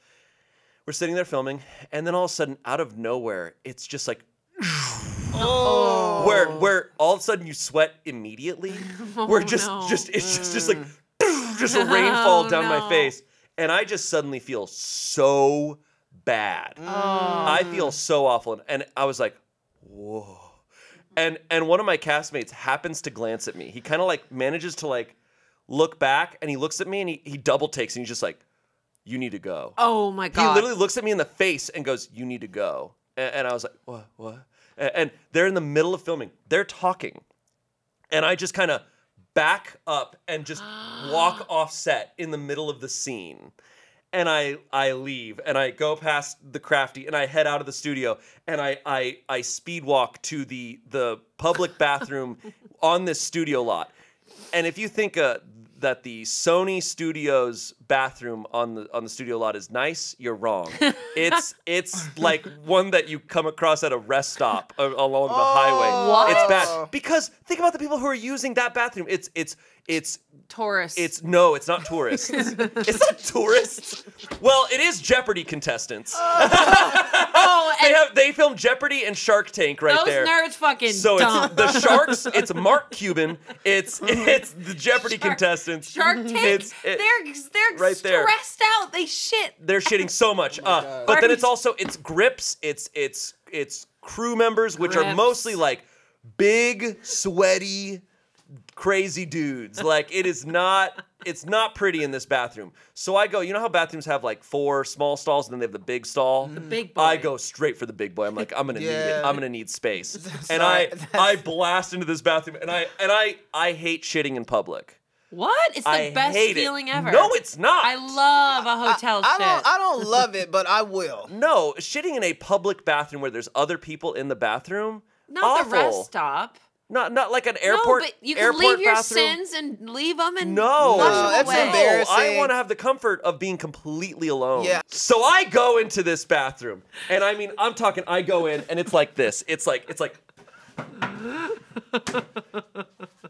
Speaker 1: We're sitting there filming, and then all of a sudden, out of nowhere, it's just like,
Speaker 2: Oh.
Speaker 3: Oh.
Speaker 1: where where all of a sudden you sweat immediately. where just
Speaker 2: Oh, no.
Speaker 1: just it's just, just like just a rainfall
Speaker 2: Oh,
Speaker 1: down
Speaker 2: no.
Speaker 1: my face, and I just suddenly feel so bad. I
Speaker 2: Mm.
Speaker 1: feel so awful, and, and I was like, whoa. And and one of my castmates happens to glance at me. He kind of like manages to like look back, and he looks at me, and he, he double takes, and he's just like, "You need to go."
Speaker 2: oh my
Speaker 1: He
Speaker 2: god.
Speaker 1: literally looks at me in the face and goes, "You need to go." A- And, I was like, "What? What?" A- And they're in the middle of filming. They're talking, and I just kind of back up and just walk off set in the middle of the scene. And I I leave and I go past the crafty and I head out of the studio and I I I speed walk to the the public bathroom on this studio lot. And if you think uh, that the Sony Studios bathroom on the on the studio lot is nice, you're wrong. it's it's like one that you come across at a rest stop a- along the highway. It's bad because think about the people who are using that bathroom. It's it's it's
Speaker 2: Taurus.
Speaker 1: it's no, it's not tourists. it's not tourists. Well, it is Jeopardy contestants.
Speaker 2: Uh, oh,
Speaker 1: They
Speaker 2: and
Speaker 1: have they film Jeopardy and Shark Tank right
Speaker 2: those
Speaker 1: there.
Speaker 2: nerds fucking
Speaker 1: So
Speaker 2: dumb.
Speaker 1: it's the Sharks. It's Mark Cuban. It's it's the Jeopardy contestants.
Speaker 2: Shark Tank.
Speaker 1: It's- it-
Speaker 2: they're they're
Speaker 1: right there.
Speaker 2: stressed out. They shit.
Speaker 1: They're shitting so much. uh, but then it's also it's grips. It's it's it's crew members, which are
Speaker 2: Grips.
Speaker 1: mostly like big, sweaty, crazy dudes. Like it is not. It's not pretty in this bathroom. So I go, you know how bathrooms have like four small stalls and then they have the big stall? The
Speaker 2: big boy.
Speaker 1: I go straight for the big boy. I'm like, I'm gonna need it.
Speaker 3: Yeah.
Speaker 1: I'm gonna need space. and I I blast into this bathroom and I and I I hate shitting in public.
Speaker 2: What? It's the
Speaker 1: I
Speaker 2: best
Speaker 1: hate it.
Speaker 2: feeling ever.
Speaker 1: No, it's not.
Speaker 2: I love a hotel
Speaker 3: I
Speaker 2: shit.
Speaker 3: don't. I don't love it, but I will.
Speaker 1: No, shitting in a public bathroom where there's other people in the bathroom.
Speaker 2: Not
Speaker 1: awful.
Speaker 2: the rest stop.
Speaker 1: Not not like an airport.
Speaker 2: no, but you can
Speaker 1: airport
Speaker 2: leave your
Speaker 1: bathroom.
Speaker 2: sins and leave them and
Speaker 1: No,
Speaker 2: flush
Speaker 3: No,
Speaker 2: 'em
Speaker 3: that's
Speaker 2: away.
Speaker 3: embarrassing.
Speaker 1: I want to have the comfort of being completely alone.
Speaker 3: Yeah.
Speaker 1: So I go into this bathroom, and I mean, I'm talking. I go in, and it's like this. It's like it's like.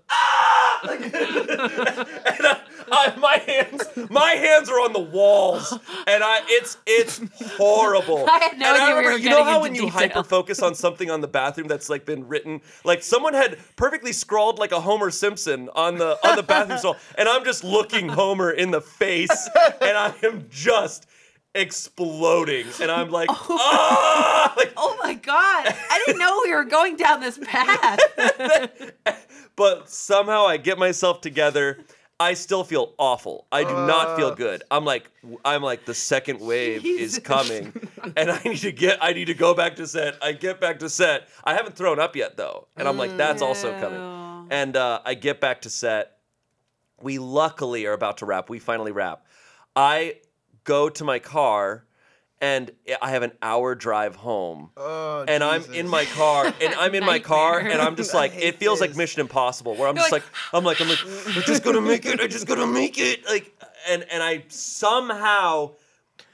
Speaker 1: Ah! and I, I, my hands, my hands are on the walls, and I it's it's horrible.
Speaker 2: I had no
Speaker 1: and
Speaker 2: idea
Speaker 1: I
Speaker 2: we
Speaker 1: remember,
Speaker 2: were
Speaker 1: you know
Speaker 2: getting
Speaker 1: how
Speaker 2: into
Speaker 1: when you
Speaker 2: detail.
Speaker 1: hyper focus on something on the bathroom that's like been written. Like someone had perfectly scrawled like a Homer Simpson on the on the bathroom stall, and I'm just looking Homer in the face, and I am just exploding, and I'm like, ah! Like,
Speaker 2: Oh my god! I didn't know we were going down this path.
Speaker 1: but somehow I get myself together. I still feel awful. I do not feel good. I'm like I'm like the second wave
Speaker 2: Jesus.
Speaker 1: is coming and I need to get I need to go back to set. I get back to set. I haven't thrown up yet though. And I'm like that's also coming. And uh, I get back to set. We luckily are about to wrap. We finally wrap. I go to my car and I have an hour drive home
Speaker 3: Oh,
Speaker 1: and I'm
Speaker 3: Jesus.
Speaker 1: in my car, and I'm in my car,
Speaker 2: Nightmare.
Speaker 1: and I'm just
Speaker 3: I
Speaker 1: like,
Speaker 3: hate
Speaker 1: it feels like
Speaker 3: this.
Speaker 1: Mission Impossible, where I'm just
Speaker 2: like,
Speaker 1: like, I'm like, I'm like, I'm just gonna make it, I just gonna make it, like, and and I somehow,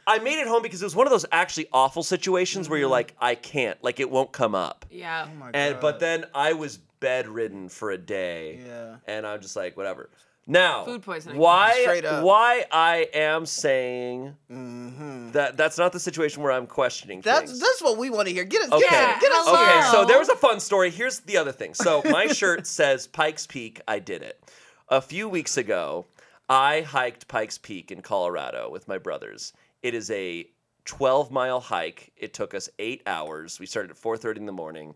Speaker 1: I made it home because it was one of those actually
Speaker 3: Mm-hmm. Oh
Speaker 1: awful situations where you're like, I can't, like, it won't come up,
Speaker 2: yeah.
Speaker 1: and but then I was bedridden for a day.
Speaker 3: Yeah.
Speaker 1: And I'm just like, whatever. Now,
Speaker 2: Food poisoning.
Speaker 1: Why?
Speaker 3: Straight up.
Speaker 1: Why I am saying
Speaker 3: Mm-hmm.
Speaker 1: that that's not the situation where I'm questioning
Speaker 3: Mm. That's
Speaker 1: things.
Speaker 3: that's what we want to hear. Get us,
Speaker 1: Okay.
Speaker 3: get, us- get us.
Speaker 2: hello.
Speaker 1: Okay,
Speaker 2: Wow.
Speaker 1: so there was a fun story. Here's the other thing. So my shirt says Pikes Peak, I did it. A few weeks ago, I hiked Pikes Peak in Colorado with my brothers. It is a 12 mile hike. It took us eight hours. We started at 4:30 in the morning.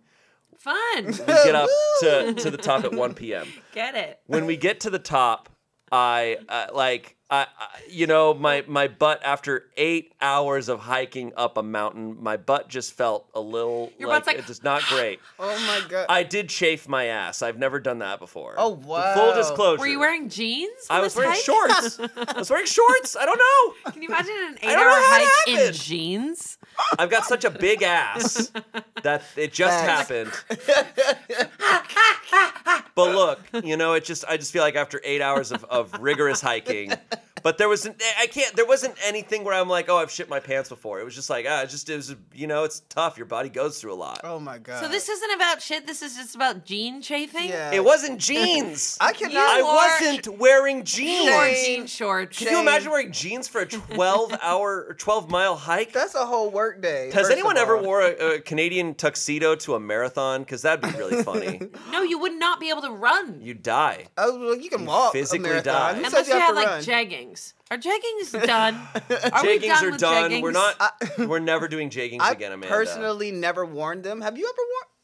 Speaker 2: Fun.
Speaker 1: We get up to, to the top at 1 p.m.
Speaker 2: Get it.
Speaker 1: When we get to the top, I uh, like I, I you know my my butt after eight hours of hiking up a mountain, my butt just felt a little
Speaker 2: Your
Speaker 1: like,
Speaker 2: butt's like,
Speaker 1: it just not great.
Speaker 3: Oh my god.
Speaker 1: I did chafe my ass. I've never done that before.
Speaker 3: Oh, wow.
Speaker 1: Full disclosure.
Speaker 2: Were you wearing jeans? for
Speaker 1: I was
Speaker 2: this
Speaker 1: wearing
Speaker 2: hike?
Speaker 1: shorts. I was wearing shorts. I don't know.
Speaker 2: Can you imagine an
Speaker 1: don't know
Speaker 2: eight-hour
Speaker 1: how it
Speaker 2: hike in
Speaker 1: happened.
Speaker 2: jeans?
Speaker 1: I've got such a big ass that it just
Speaker 3: Facts.
Speaker 1: happened. but look, you know, it just I just feel like after eight hours of, of rigorous hiking, but there wasn't I can't there wasn't anything where I'm like, oh, I've shit my pants before. It was just like ah, it just it was you know, it's tough. Your body goes through a lot.
Speaker 3: oh my god.
Speaker 2: So this isn't about shit. This is just about jean chafing.
Speaker 3: Yeah.
Speaker 1: It wasn't jeans.
Speaker 3: I cannot.
Speaker 1: I
Speaker 2: wore-
Speaker 1: wasn't wearing jeans.
Speaker 2: Or
Speaker 3: Shame.
Speaker 2: jean shorts.
Speaker 1: Can you imagine wearing jeans for a 12 hour, or 12 mile hike?
Speaker 3: That's a whole work day.
Speaker 1: Has
Speaker 3: first
Speaker 1: anyone
Speaker 3: of
Speaker 1: ever
Speaker 3: all.
Speaker 1: wore a, a Canadian tuxedo to a marathon? Because that'd be really funny.
Speaker 2: No, you would not be able to run.
Speaker 1: you die.
Speaker 3: Oh, well, you can walk
Speaker 1: physically
Speaker 3: a
Speaker 1: die.
Speaker 3: marathon. Who
Speaker 2: Unless
Speaker 3: says
Speaker 2: you,
Speaker 3: you have
Speaker 2: had
Speaker 3: to
Speaker 2: like
Speaker 3: run?
Speaker 2: jeggings. Are jeggings done? Are we
Speaker 1: jeggings
Speaker 2: done
Speaker 1: are
Speaker 2: with
Speaker 1: done. We're
Speaker 2: jeggings?
Speaker 1: not. we're never doing jeggings
Speaker 3: I
Speaker 1: again, Amanda.
Speaker 3: personally never worn them. Have you ever worn?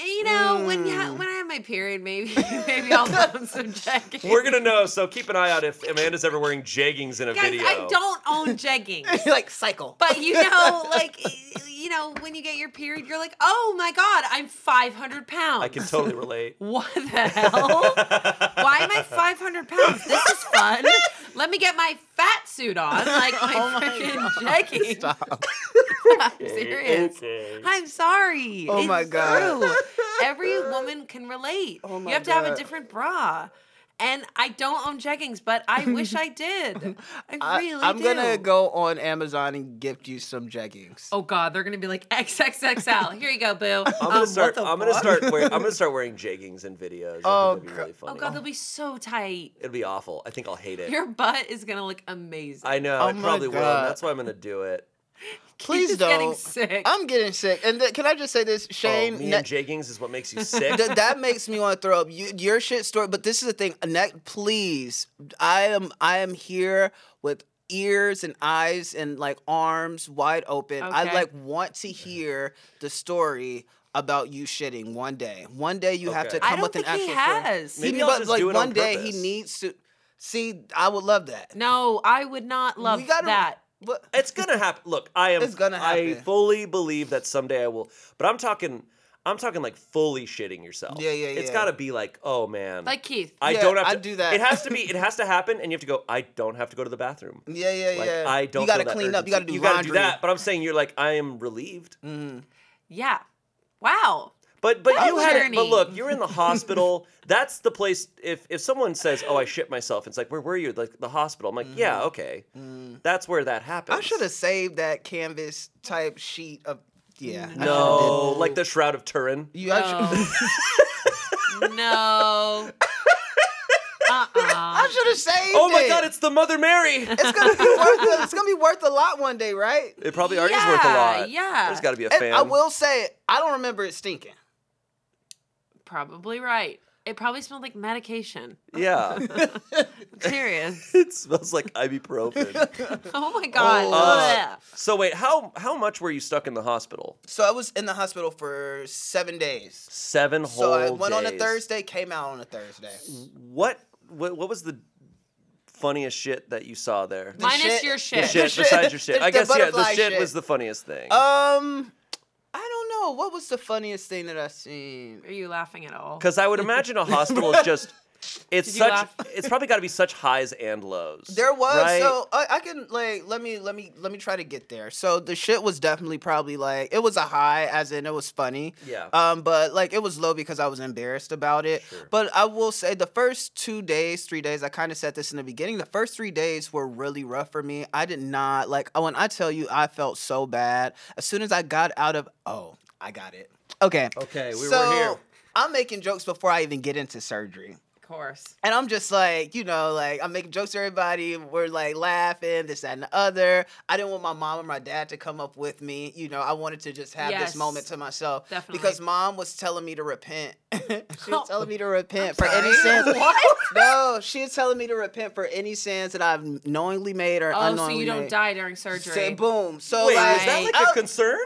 Speaker 2: You know, when you
Speaker 1: Mm.
Speaker 2: ha- when I have my period, maybe maybe I'll put on some jeggings.
Speaker 1: We're gonna know. So keep an eye out if Amanda's ever wearing jeggings in a
Speaker 2: Guys,
Speaker 1: video.
Speaker 2: I don't own jeggings.
Speaker 3: like cycle.
Speaker 2: But you know, like you know, when you get your period, you're like, oh my god, I'm 500 pounds.
Speaker 1: I can totally relate.
Speaker 2: What the hell? Why am I 500 pounds? This is fun. Let me get my fat suit on, like my
Speaker 3: Oh
Speaker 2: freaking jeggings. I'm serious. I'm sorry.
Speaker 3: Oh
Speaker 2: It's
Speaker 3: my God. Oh
Speaker 2: true. Every woman can relate.
Speaker 3: my
Speaker 2: you have to have a
Speaker 3: God.
Speaker 2: different bra. And I don't own jeggings, but I wish I did. I, really
Speaker 3: I, am
Speaker 2: do.
Speaker 3: gonna go on Amazon and gift you some jeggings.
Speaker 2: Oh God, they're gonna be like XXXL. Here you go, boo.
Speaker 1: I'm
Speaker 2: Um,
Speaker 1: gonna start.
Speaker 3: the
Speaker 1: I'm gonna
Speaker 3: fuck?
Speaker 1: start. Wearing, I'm gonna start wearing jeggings in videos.
Speaker 3: Oh,
Speaker 1: I think that'd be really funny.
Speaker 2: oh God, they'll be so tight.
Speaker 1: It'd be awful. I think I'll hate it.
Speaker 2: Your butt is gonna look amazing.
Speaker 1: I know.
Speaker 3: Oh
Speaker 1: it
Speaker 3: my
Speaker 1: probably will.
Speaker 3: God.
Speaker 1: and That's why I'm gonna do it. Oh,
Speaker 3: Please
Speaker 2: He's
Speaker 3: don't.
Speaker 2: getting sick.
Speaker 3: I'm getting sick. And th- can I just say this, Shane?
Speaker 1: oh, me
Speaker 3: ne-
Speaker 1: and jeggings is what makes you sick.
Speaker 3: th- that makes me want to throw up. You, your shit story, but this is the thing. Ne- please, I am I am here with ears and eyes and like arms wide open. I
Speaker 2: Okay.
Speaker 3: like want to hear the story about you shitting one day. One day you have to
Speaker 1: Okay.
Speaker 3: come
Speaker 2: I don't
Speaker 3: with
Speaker 2: think
Speaker 3: an actual
Speaker 2: he
Speaker 3: story.
Speaker 2: has.
Speaker 1: Maybe
Speaker 3: He-
Speaker 1: I'll
Speaker 3: but
Speaker 1: just
Speaker 3: like
Speaker 1: do it on
Speaker 3: one day
Speaker 1: purpose.
Speaker 3: he needs to see. I would love that.
Speaker 2: no, I would not love
Speaker 3: we gotta,
Speaker 2: that.
Speaker 3: But,
Speaker 1: It's gonna happen. Look, I am.
Speaker 3: It's gonna
Speaker 1: I
Speaker 3: happen.
Speaker 1: fully believe that someday I will. But I'm talking. I'm talking like fully shitting yourself.
Speaker 3: Yeah, yeah,
Speaker 1: It's
Speaker 3: yeah.
Speaker 1: gotta be like, oh man.
Speaker 2: Like Keith.
Speaker 1: I
Speaker 3: Yeah,
Speaker 1: don't have to
Speaker 3: I do that.
Speaker 1: It has to be. It has to happen, and you have to go. I don't have to go to the bathroom.
Speaker 3: yeah, yeah, yeah.
Speaker 1: Like I don't.
Speaker 3: You gotta
Speaker 1: feel that
Speaker 3: clean up. You gotta
Speaker 1: urgency.
Speaker 3: do
Speaker 1: You gotta
Speaker 3: laundry.
Speaker 1: do that. But I'm saying you're like, I am relieved.
Speaker 2: yeah. Wow.
Speaker 1: But but
Speaker 2: What
Speaker 1: you had it. But
Speaker 2: journey?
Speaker 1: look, you're in the hospital. That's the place. If if someone says, "Oh, I shit myself," it's like, "Where were you?" Like the hospital. I'm like, "Yeah, okay." That's where that happens.
Speaker 3: Mm-hmm. I should have saved that canvas type sheet of yeah. I should've
Speaker 1: No, like the Shroud of Turin.
Speaker 3: did- You, I, should,
Speaker 2: Oh no. Uh-uh.
Speaker 3: I should have saved.
Speaker 1: Oh my
Speaker 3: it.
Speaker 1: God, it's the Mother Mary.
Speaker 3: it's gonna be worth. It's gonna be worth a lot one day, right?
Speaker 1: It probably already is worth a
Speaker 2: Yeah,
Speaker 1: lot.
Speaker 2: yeah.
Speaker 1: there's got to be a
Speaker 3: And
Speaker 1: fan.
Speaker 3: I will say, I don't remember it stinking.
Speaker 2: Probably right. It probably smelled like medication.
Speaker 1: Yeah,
Speaker 2: I'm serious.
Speaker 1: it smells like ibuprofen.
Speaker 2: Oh my god.
Speaker 1: Uh,
Speaker 2: Ugh.
Speaker 1: so wait, how how much were you stuck in the hospital?
Speaker 3: So I was in the hospital for seven days.
Speaker 1: Seven whole.
Speaker 3: So I went on a
Speaker 1: days.
Speaker 3: Thursday, came out on a Thursday.
Speaker 1: What, what what was the funniest shit that you saw there?
Speaker 2: Minus
Speaker 3: shit-
Speaker 2: your
Speaker 3: the
Speaker 2: shit.
Speaker 1: shit
Speaker 3: shit.
Speaker 1: besides your shit.
Speaker 3: The-
Speaker 1: I
Speaker 3: the
Speaker 1: guess yeah, the
Speaker 3: butterfly
Speaker 1: shit,
Speaker 3: shit.
Speaker 1: was the funniest thing.
Speaker 3: Um, I don't know. What was the funniest thing that I seen?
Speaker 2: Are you laughing at all?
Speaker 1: Because I would imagine a hospital is just it's
Speaker 2: Did you
Speaker 1: such
Speaker 2: laugh?
Speaker 1: it's probably got to be such highs and lows.
Speaker 3: There was
Speaker 1: right?
Speaker 3: so I, I can like let me let me let me try to get there. So the shit was definitely probably like it was a high, as in it was funny.
Speaker 1: Yeah.
Speaker 3: Um, but like it was low because I was embarrassed about it. But I will say the first two days, three days, I kind of said this in the beginning. The first three days were really rough for me. I did not like oh, when I tell you I felt so bad as soon as I got out of oh I got it. Okay.
Speaker 1: Okay, we were
Speaker 3: so,
Speaker 1: here.
Speaker 3: I'm making jokes before I even get into surgery.
Speaker 2: Of course.
Speaker 3: And I'm just like, you know, like I'm making jokes to everybody. We're like laughing, this, that, and the other. I didn't want my mom or my dad to come up with me. You know, I wanted to just have
Speaker 2: Yes.
Speaker 3: this moment to myself.
Speaker 2: Definitely.
Speaker 3: Because mom was telling me to repent. she was telling me to repent for
Speaker 2: sorry.
Speaker 3: any sins. What? no, she was telling me to repent for any sins that I've knowingly made or
Speaker 2: Oh, so
Speaker 3: unknowingly
Speaker 2: you don't
Speaker 3: made.
Speaker 2: die during surgery.
Speaker 3: Say boom. So
Speaker 1: Wait,
Speaker 3: like,
Speaker 1: is that like
Speaker 3: I-
Speaker 1: a concern?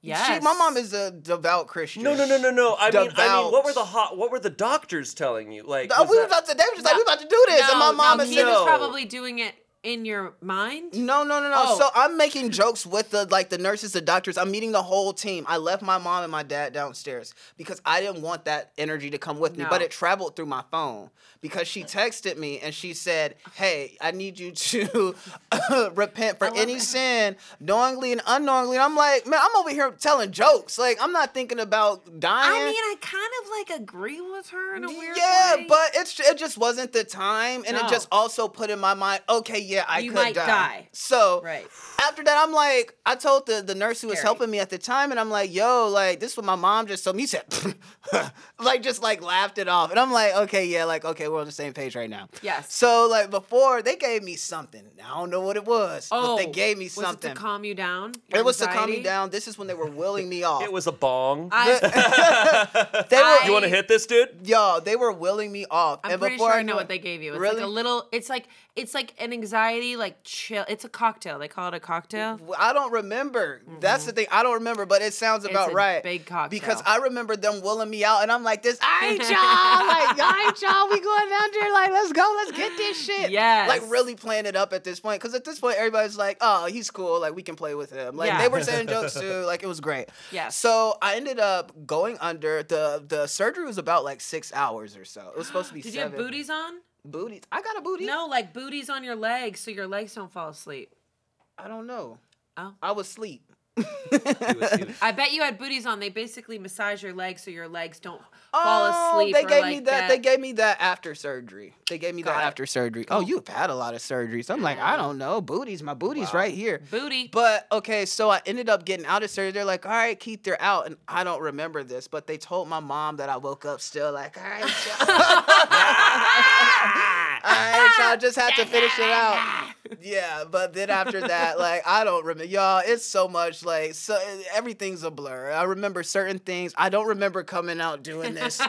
Speaker 2: yes.
Speaker 3: she, my mom is a devout Christian.
Speaker 1: No, no, no, no, no. I mean, I mean, what
Speaker 3: Devout.
Speaker 1: were the hot? What were the doctors telling you? Like,
Speaker 3: Oh,
Speaker 1: was
Speaker 3: we were
Speaker 1: that-
Speaker 3: about to. They were just like, we about to do this, and my mom
Speaker 2: no,
Speaker 3: is
Speaker 2: he
Speaker 3: like,
Speaker 2: was probably doing it in your mind.
Speaker 3: No, no, no, no.
Speaker 2: Oh.
Speaker 3: So I'm making jokes with the like the nurses, the doctors. I'm meeting the whole team. I left my mom and my dad downstairs because I didn't want that energy to come with me.
Speaker 2: No.
Speaker 3: But it traveled through my phone because she texted me and she said, "Hey, I need you to repent for any sin, knowingly and unknowingly." And I'm like, man, I'm over here telling jokes. Like I'm not thinking about dying.
Speaker 2: I mean, I kind of like agree with her in a weird
Speaker 3: yeah,
Speaker 2: way.
Speaker 3: but it's it just wasn't the time, and
Speaker 2: No.
Speaker 3: it just also put in my mind, okay, yeah, I
Speaker 2: You
Speaker 3: could
Speaker 2: might
Speaker 3: die.
Speaker 2: die.
Speaker 3: So
Speaker 2: Right.
Speaker 3: after that, I'm like, I told the the nurse who was
Speaker 2: Scary.
Speaker 3: helping me at the time, and I'm like, yo, like this is what my mom just told me. He said, like just like laughed it off, and I'm like, okay, yeah, like okay, we're on the same page right now.
Speaker 2: Yes.
Speaker 3: So like before, they gave me something. I don't know what it was,
Speaker 2: oh,
Speaker 3: but they gave me
Speaker 2: was
Speaker 3: something.
Speaker 2: it to calm you down. Your
Speaker 3: it was to calm me
Speaker 2: anxiety?
Speaker 3: down. This is when they were willing me off.
Speaker 1: It was a bong.
Speaker 2: I,
Speaker 3: they
Speaker 2: I-
Speaker 3: were,
Speaker 1: you want to hit this dude?
Speaker 3: y'all, they were willing me off.
Speaker 2: I'm
Speaker 3: and
Speaker 2: pretty
Speaker 3: before
Speaker 2: sure
Speaker 3: I
Speaker 2: I know
Speaker 3: knew
Speaker 2: what
Speaker 3: it-
Speaker 2: they gave you. It's
Speaker 3: really?
Speaker 2: like a little. It's like it's like an anxiety like chill. It's a cocktail. They call it a cocktail.
Speaker 3: Well, I don't remember. That's the thing. I don't remember, but it sounds about
Speaker 2: a
Speaker 3: right.
Speaker 2: big cocktail.
Speaker 3: Because I remember them willing me out, and I'm like, "This, I ain't y'all, like, I ain't y'all. We going down there, like, let's go, let's get this shit."
Speaker 2: Yes.
Speaker 3: Like really playing it up at this point, because at this point everybody's like, "Oh, he's cool. Like we can play with him." Like
Speaker 2: Yeah.
Speaker 3: they were saying jokes too. Like it was great.
Speaker 2: Yes.
Speaker 3: So I ended up going under the the surgery was about like six hours or so. It was supposed to be
Speaker 2: Did you
Speaker 3: seven.
Speaker 2: have booties on?
Speaker 3: Booties. I got a booty.
Speaker 2: No, like booties on your legs so your legs don't fall asleep.
Speaker 3: I don't know.
Speaker 2: Oh.
Speaker 3: I was asleep.
Speaker 2: I bet you had booties on. They basically massage your legs so your legs don't fall asleep.
Speaker 3: Oh, They
Speaker 2: or
Speaker 3: gave
Speaker 2: like
Speaker 3: me that, They gave me that after surgery. They gave me
Speaker 2: Got
Speaker 3: that
Speaker 2: it.
Speaker 3: after surgery. Oh, you've had a lot of surgeries. I'm like, I don't know. Booties, my booty's right here.
Speaker 2: booty.
Speaker 3: But okay, so I ended up getting out of surgery. They're like, all right, Keith, they're out. And I don't remember this, but they told my mom that I woke up still like, all right, y'all. all right, y'all just have to finish it out. Yeah, but then after that, like, I don't remember. Y'all, it's so much like, so everything's a blur. I remember certain things. I don't remember coming out doing this still.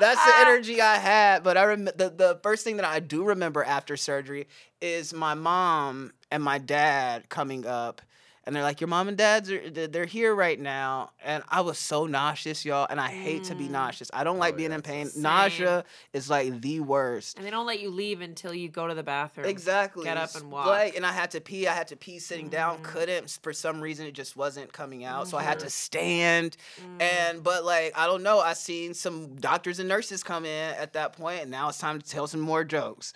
Speaker 3: That's the energy I had. But I remember the, the first thing that I do remember after surgery is my mom and my dad coming up. And they're like, your mom and dad's are they're they're here right now, and I was so nauseous, y'all. And I hate to be nauseous. I don't like being in pain. Nausea is like the worst.
Speaker 2: and they don't let you leave until you go to the bathroom.
Speaker 3: Exactly.
Speaker 2: Get up
Speaker 3: S-
Speaker 2: and walk.
Speaker 3: Like, and I had to pee. I had to pee sitting down.
Speaker 2: Mm-hmm.
Speaker 3: Couldn't s- for some reason. It just wasn't coming out. So I had to stand.
Speaker 2: Mm-hmm.
Speaker 3: And but like I don't know. I seen some doctors and nurses come in at that point, and now it's time to tell some more jokes.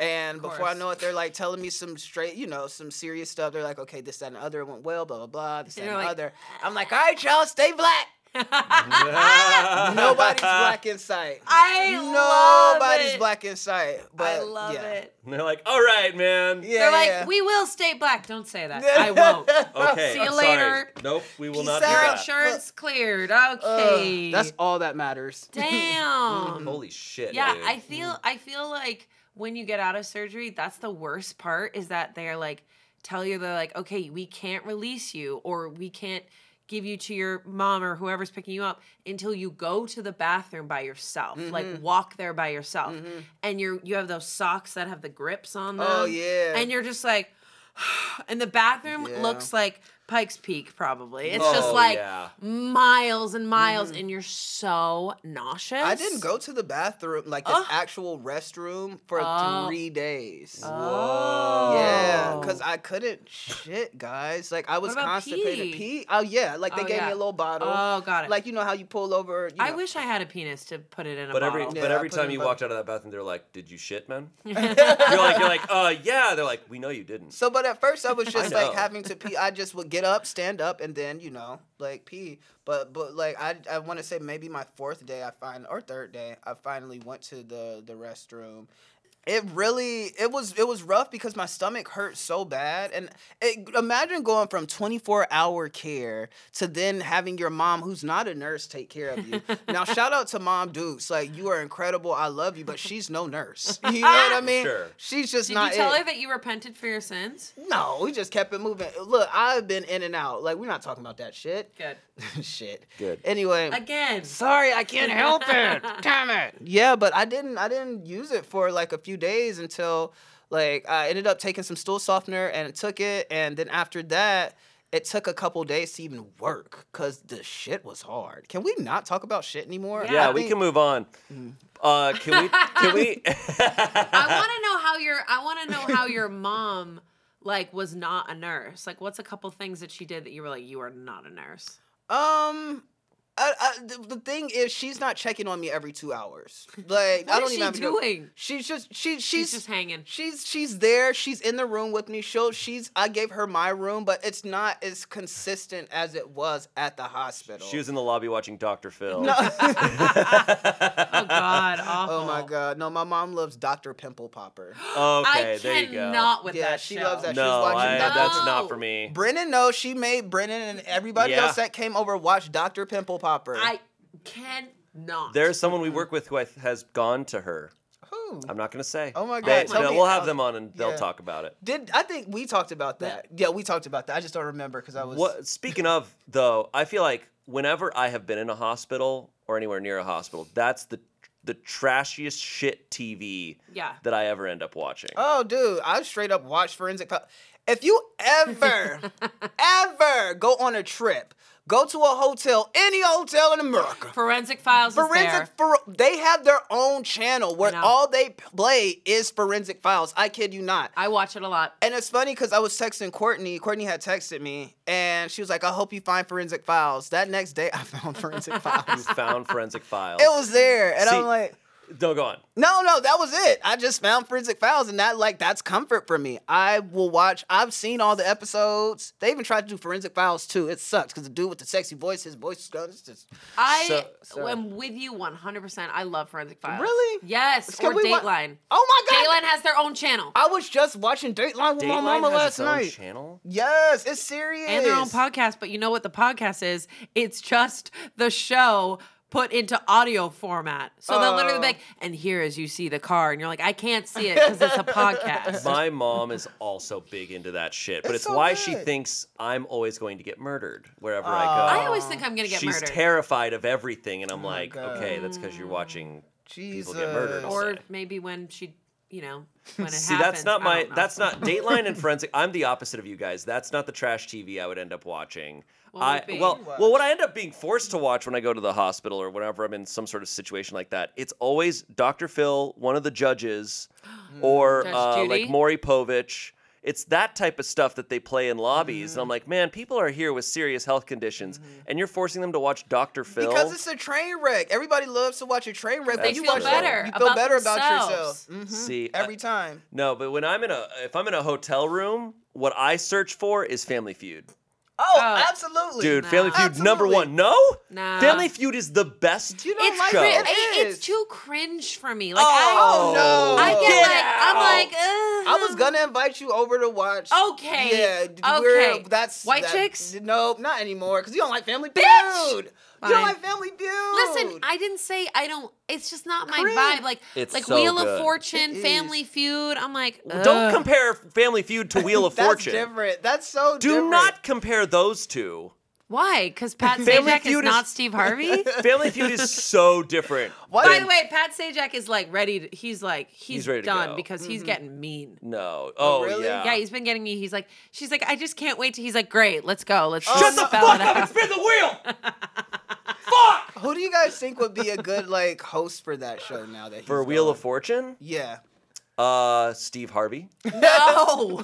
Speaker 3: And before I
Speaker 2: course.
Speaker 3: know it, they're like telling me some straight, you know, some serious stuff. They're like, okay, this, that, and the other went well, blah, blah, blah, this, that,
Speaker 2: And
Speaker 3: and
Speaker 2: you're
Speaker 3: the
Speaker 2: like, "Ah."
Speaker 3: other. I'm like, all right, y'all, stay black. Nobody's black in sight.
Speaker 2: I
Speaker 3: Nobody's
Speaker 2: love it.
Speaker 3: black in sight. But
Speaker 2: I love
Speaker 3: yeah.
Speaker 2: it.
Speaker 1: And they're like, all right, man.
Speaker 3: Yeah,
Speaker 2: They're like,
Speaker 3: yeah.
Speaker 2: we will stay black. Don't say that. I won't.
Speaker 1: Okay.
Speaker 2: See you
Speaker 1: sorry.
Speaker 2: later.
Speaker 1: Nope. We will
Speaker 3: Peace
Speaker 1: not
Speaker 3: out.
Speaker 2: Your
Speaker 1: do that.
Speaker 2: insurance cleared. Okay.
Speaker 3: Uh, That's Mm-hmm. all that matters.
Speaker 2: damn.
Speaker 1: Holy shit.
Speaker 2: Yeah,
Speaker 1: dude.
Speaker 2: I
Speaker 3: Mm.
Speaker 2: feel I feel like when you get out of surgery, that's the worst part is that they're like tell you they're like, "Okay, we can't release you or we can't give you to your mom or whoever's picking you up until you go to the bathroom by yourself.
Speaker 3: Mm-hmm.
Speaker 2: Like walk there by yourself." And you're you have those socks that have the grips on them.
Speaker 3: Oh, yeah.
Speaker 2: And you're just like and the bathroom
Speaker 3: Yeah.
Speaker 2: looks like Pike's Peak, probably. It's
Speaker 1: Oh,
Speaker 2: just like
Speaker 1: yeah.
Speaker 2: miles and miles, and you're so nauseous.
Speaker 3: Mm-hmm. I didn't go to the bathroom, like the actual restroom, for
Speaker 2: Oh.
Speaker 3: three days.
Speaker 2: Oh.
Speaker 3: Yeah, because I couldn't shit, guys. Like I was
Speaker 2: about pee?
Speaker 3: constipated. Pee? Oh yeah, like they
Speaker 2: Oh,
Speaker 3: gave
Speaker 2: yeah.
Speaker 3: me a little bottle.
Speaker 2: Oh, got it.
Speaker 3: Like you know how you pull over. You
Speaker 2: I
Speaker 3: know.
Speaker 2: wish I had a penis to put it in a
Speaker 1: But every
Speaker 2: bottle.
Speaker 1: but
Speaker 3: I
Speaker 1: every
Speaker 3: put it
Speaker 1: time
Speaker 3: in
Speaker 1: you
Speaker 3: both.
Speaker 1: walked out of that bathroom, they're like, "Did you shit, man?" you're like, "You're like, uh, yeah." They're like, "We know you didn't."
Speaker 3: So, but at first I was
Speaker 1: Mm.
Speaker 3: just
Speaker 1: know.
Speaker 3: like having to pee. I just would get up, stand up, and then you know, like pee. But but like I I want to say maybe my fourth day I find or third day I finally went to the the restroom. It really it was it was rough because my stomach hurt so bad and it, imagine going from 24 hour care to then having your mom who's not a nurse take care of you. now shout out to mom Dukes like you are incredible I love you but she's no nurse. You know what I mean?
Speaker 1: Sure.
Speaker 3: She's just
Speaker 2: Did
Speaker 3: not
Speaker 2: you tell
Speaker 3: it.
Speaker 2: her that you repented for your sins?
Speaker 3: No, we just kept it moving. Look, I've been in and out. Like we're not talking about that shit.
Speaker 2: Good.
Speaker 3: shit.
Speaker 1: Good.
Speaker 3: Anyway,
Speaker 2: Again.
Speaker 3: sorry, I can't help it. Damn it. Yeah, but I didn't. I didn't use it for like a few days until like I ended up taking some stool softener and took it, and then after that. It took a couple days to even work because the shit was hard. Can we not talk about shit anymore?
Speaker 1: Yeah,
Speaker 3: I Mm.
Speaker 1: we
Speaker 3: think-
Speaker 1: can move on. Uh, can we? Can we?
Speaker 2: I want to know how your I want to know how your mom like was not a nurse. Like, what's a couple things that she did that you were like, you are not a nurse.
Speaker 3: Um, I, I, the, the thing is, she's not checking on me every two hours. Like,
Speaker 2: What
Speaker 3: I don't
Speaker 2: is
Speaker 3: even
Speaker 2: she
Speaker 3: have to go-
Speaker 2: doing?
Speaker 3: She's just she she's,
Speaker 2: She's just hanging.
Speaker 3: She's she's there. She's in the room with me. She'll she's I gave her my room, but it's not as consistent as it was at the hospital.
Speaker 1: She was in the lobby watching Doctor Phil.
Speaker 2: Oh God, awful.
Speaker 3: Oh my god! No, my mom loves Doctor Pimple Popper.
Speaker 1: Okay,
Speaker 2: I
Speaker 1: there you go.
Speaker 2: cannot with
Speaker 3: Yeah,
Speaker 2: that.
Speaker 3: she
Speaker 2: show.
Speaker 3: loves that
Speaker 1: no,
Speaker 3: watching
Speaker 1: I,
Speaker 3: Dr.
Speaker 1: that's
Speaker 2: No.
Speaker 1: not for me.
Speaker 3: Brennan knows she made Brennan and everybody
Speaker 1: Yeah.
Speaker 3: else that came over watch Doctor Pimple Popper.
Speaker 2: I cannot.
Speaker 1: There's someone we work with who I- has gone to her.
Speaker 3: Who?
Speaker 1: I'm not gonna say.
Speaker 3: Oh my God,
Speaker 1: They-
Speaker 3: tell
Speaker 1: they'll-
Speaker 3: me-
Speaker 1: we'll have
Speaker 3: I'll-
Speaker 1: them on and they'll
Speaker 3: yeah.
Speaker 1: talk about it.
Speaker 3: Did I think we talked about that? Yeah, we talked about that. I just don't remember because I was
Speaker 1: What? Speaking of though, I feel like whenever I have been in a hospital or anywhere near a hospital, that's the the trashiest shit TV
Speaker 2: Yeah.
Speaker 1: that I ever end up watching.
Speaker 3: Oh, dude, I straight up watched Forensic. Fi- if you ever, ever go on a trip, go to a hotel, any hotel in America.
Speaker 2: Forensic Files. Is there.
Speaker 3: Forensic, for, they have their own channel where
Speaker 2: know.
Speaker 3: all they play is Forensic Files. I kid you not.
Speaker 2: I watch it a lot.
Speaker 3: And it's funny because I was texting Courtney. Courtney had texted me, and she was like, "I hope you find Forensic Files." That next day, I found Forensic Files. it
Speaker 1: Found forensic files.
Speaker 3: was there, and
Speaker 1: See-
Speaker 3: I'm like.
Speaker 1: Don't go on.
Speaker 3: No, no, that was it. I just found Forensic Files, and that like that's comfort for me. I will watch. I've seen all the episodes. They even tried to do Forensic Files too. It sucks because the dude with the sexy voice, his voice is gone. It's just
Speaker 2: I
Speaker 3: so-
Speaker 2: am with you 100%. I love Forensic Files.
Speaker 3: Really?
Speaker 2: Yes.
Speaker 3: Can
Speaker 2: Or
Speaker 3: we wa-
Speaker 2: Dateline.
Speaker 3: Oh my god! Oh,
Speaker 2: Dateline has their own channel
Speaker 3: I was just watching Dateline with my
Speaker 1: Dateline
Speaker 3: mama
Speaker 1: has
Speaker 3: last
Speaker 1: its own
Speaker 3: night.
Speaker 1: channel.
Speaker 3: Yes, it's serious.
Speaker 2: and their own podcast, but you know what the podcast is? It's just the show put into audio format. So they'll literally be like, and here as you see the car, and you're like, I can't see it because it's a podcast.
Speaker 1: My mom is also big into that shit, but
Speaker 3: It's
Speaker 1: it's,
Speaker 3: so
Speaker 1: why she
Speaker 3: good. Uh,
Speaker 1: thinks I'm always going to get murdered wherever I go.
Speaker 2: I always think I'm going to get
Speaker 1: She's
Speaker 2: murdered.
Speaker 1: terrified of everything, and I'm like,
Speaker 3: Oh God.
Speaker 1: okay, that's because you're watching people
Speaker 3: Jesus.
Speaker 1: get murdered. all
Speaker 2: or
Speaker 1: day."
Speaker 2: maybe when she, you know, when it
Speaker 1: See, that's
Speaker 2: happens.
Speaker 1: not
Speaker 2: I
Speaker 1: my.
Speaker 2: don't know.
Speaker 1: That's not Dateline and Forensic. I'm the opposite of you guys. That's not the trash TV I would end up watching.
Speaker 2: What would
Speaker 1: I
Speaker 2: it be?
Speaker 1: well, well, what I end up being forced to watch when I go to the hospital or whenever I'm in some sort of situation like that, it's always Dr. Phil, one of the judges, or
Speaker 2: Judge
Speaker 1: uh,
Speaker 2: Judy?
Speaker 1: like Maury Povich. It's that type of stuff that they play in lobbies,
Speaker 2: Mm-hmm.
Speaker 1: and I'm like, man, people are here with serious health conditions, and you're forcing them to watch Dr. Phil.
Speaker 3: Mm-hmm. Because it's a train wreck. Everybody loves to watch a train wreck.
Speaker 2: They
Speaker 3: When you
Speaker 2: feel
Speaker 3: watch it,
Speaker 2: better
Speaker 3: You feel
Speaker 2: about
Speaker 3: better about yourself
Speaker 2: themselves.
Speaker 3: Mhm.
Speaker 1: See, I-
Speaker 3: every time.
Speaker 1: no, but when I'm in a if I'm in a hotel room, what I search for is Family Feud.
Speaker 3: Oh,
Speaker 2: Oh.
Speaker 3: absolutely,
Speaker 1: Dude, Family Feud number
Speaker 3: Absolutely.
Speaker 1: one. No,
Speaker 2: Nah.
Speaker 1: Family Feud is the best.
Speaker 3: You don't
Speaker 2: It's,
Speaker 3: like
Speaker 2: cri-
Speaker 3: it?
Speaker 1: show.
Speaker 2: it- it's
Speaker 3: is.
Speaker 2: too cringe for me. Like
Speaker 3: Oh, no.
Speaker 2: I, I get,
Speaker 1: Get
Speaker 2: like I'm
Speaker 1: out.
Speaker 2: like Ugh.
Speaker 3: I was gonna invite you over to watch.
Speaker 2: Okay,
Speaker 3: Yeah. d-
Speaker 2: okay.
Speaker 3: that's
Speaker 2: White
Speaker 3: that-
Speaker 2: chicks?
Speaker 3: No, not anymore. Cause you don't like Family
Speaker 2: Bitch!
Speaker 3: Feud.
Speaker 2: Fine.
Speaker 3: You don't like Family Feud.
Speaker 2: Listen, I didn't say I don't. It's just not my
Speaker 3: Cringe.
Speaker 2: vibe. Like
Speaker 1: It's
Speaker 2: like
Speaker 1: so
Speaker 2: Wheel of
Speaker 1: good.
Speaker 2: Fortune,
Speaker 3: It
Speaker 2: Family Feud. I'm like
Speaker 1: Don't
Speaker 2: ugh.
Speaker 1: compare Family Feud to Wheel of
Speaker 3: that's
Speaker 1: Fortune.
Speaker 3: different. That's so
Speaker 1: Do
Speaker 3: different.
Speaker 1: not compare those two.
Speaker 2: Why? Because Pat
Speaker 1: Family
Speaker 2: Sajak is
Speaker 1: Feud is-
Speaker 2: not Steve Harvey.
Speaker 1: Family Feud is so different.
Speaker 3: Why
Speaker 2: By
Speaker 3: did-
Speaker 2: the way, Pat Sajak is like ready. To, he's like he's,
Speaker 1: ready to
Speaker 2: done
Speaker 1: go.
Speaker 2: because he's getting mean.
Speaker 1: No. Oh,
Speaker 3: really?
Speaker 1: yeah.
Speaker 2: Yeah, he's been getting me. He's like, she's like, I just can't wait. To, he's like, great, let's go. Let's
Speaker 1: Shut the
Speaker 2: spell
Speaker 1: fuck
Speaker 2: it
Speaker 1: up and
Speaker 2: out.
Speaker 1: spin the wheel. fuck.
Speaker 3: Who do you guys think would be a good like host for that show now that he's
Speaker 1: For Wheel
Speaker 3: gone?
Speaker 1: of Fortune,
Speaker 3: Yeah.
Speaker 1: uh, Steve Harvey.
Speaker 2: No,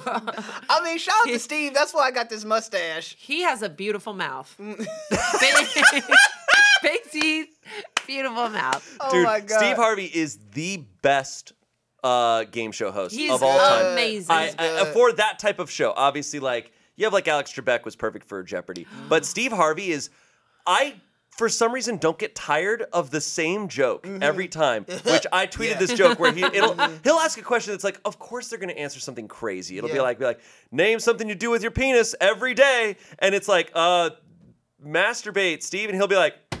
Speaker 3: I mean, shout out to Steve. That's why I got this mustache.
Speaker 2: he has a beautiful mouth. big, big teeth, beautiful mouth.
Speaker 3: Oh
Speaker 1: Dude,
Speaker 3: my god.
Speaker 1: Steve Harvey is the best uh, game show host
Speaker 2: He's
Speaker 1: of all time.
Speaker 2: amazing.
Speaker 1: I, I, for that type of show, obviously, like you have like Alex Trebek was perfect for Jeopardy, but Steve Harvey is. I for some reason don't get tired of the same joke
Speaker 2: Mm-hmm.
Speaker 1: every time. Which I tweeted this joke where he it'll, he'll ask a question that's like, of course they're gonna answer something crazy. It'll be
Speaker 3: Yeah.
Speaker 1: like be like name something you do with your penis every day, and it's like uh masturbate, Steve, and he'll be like.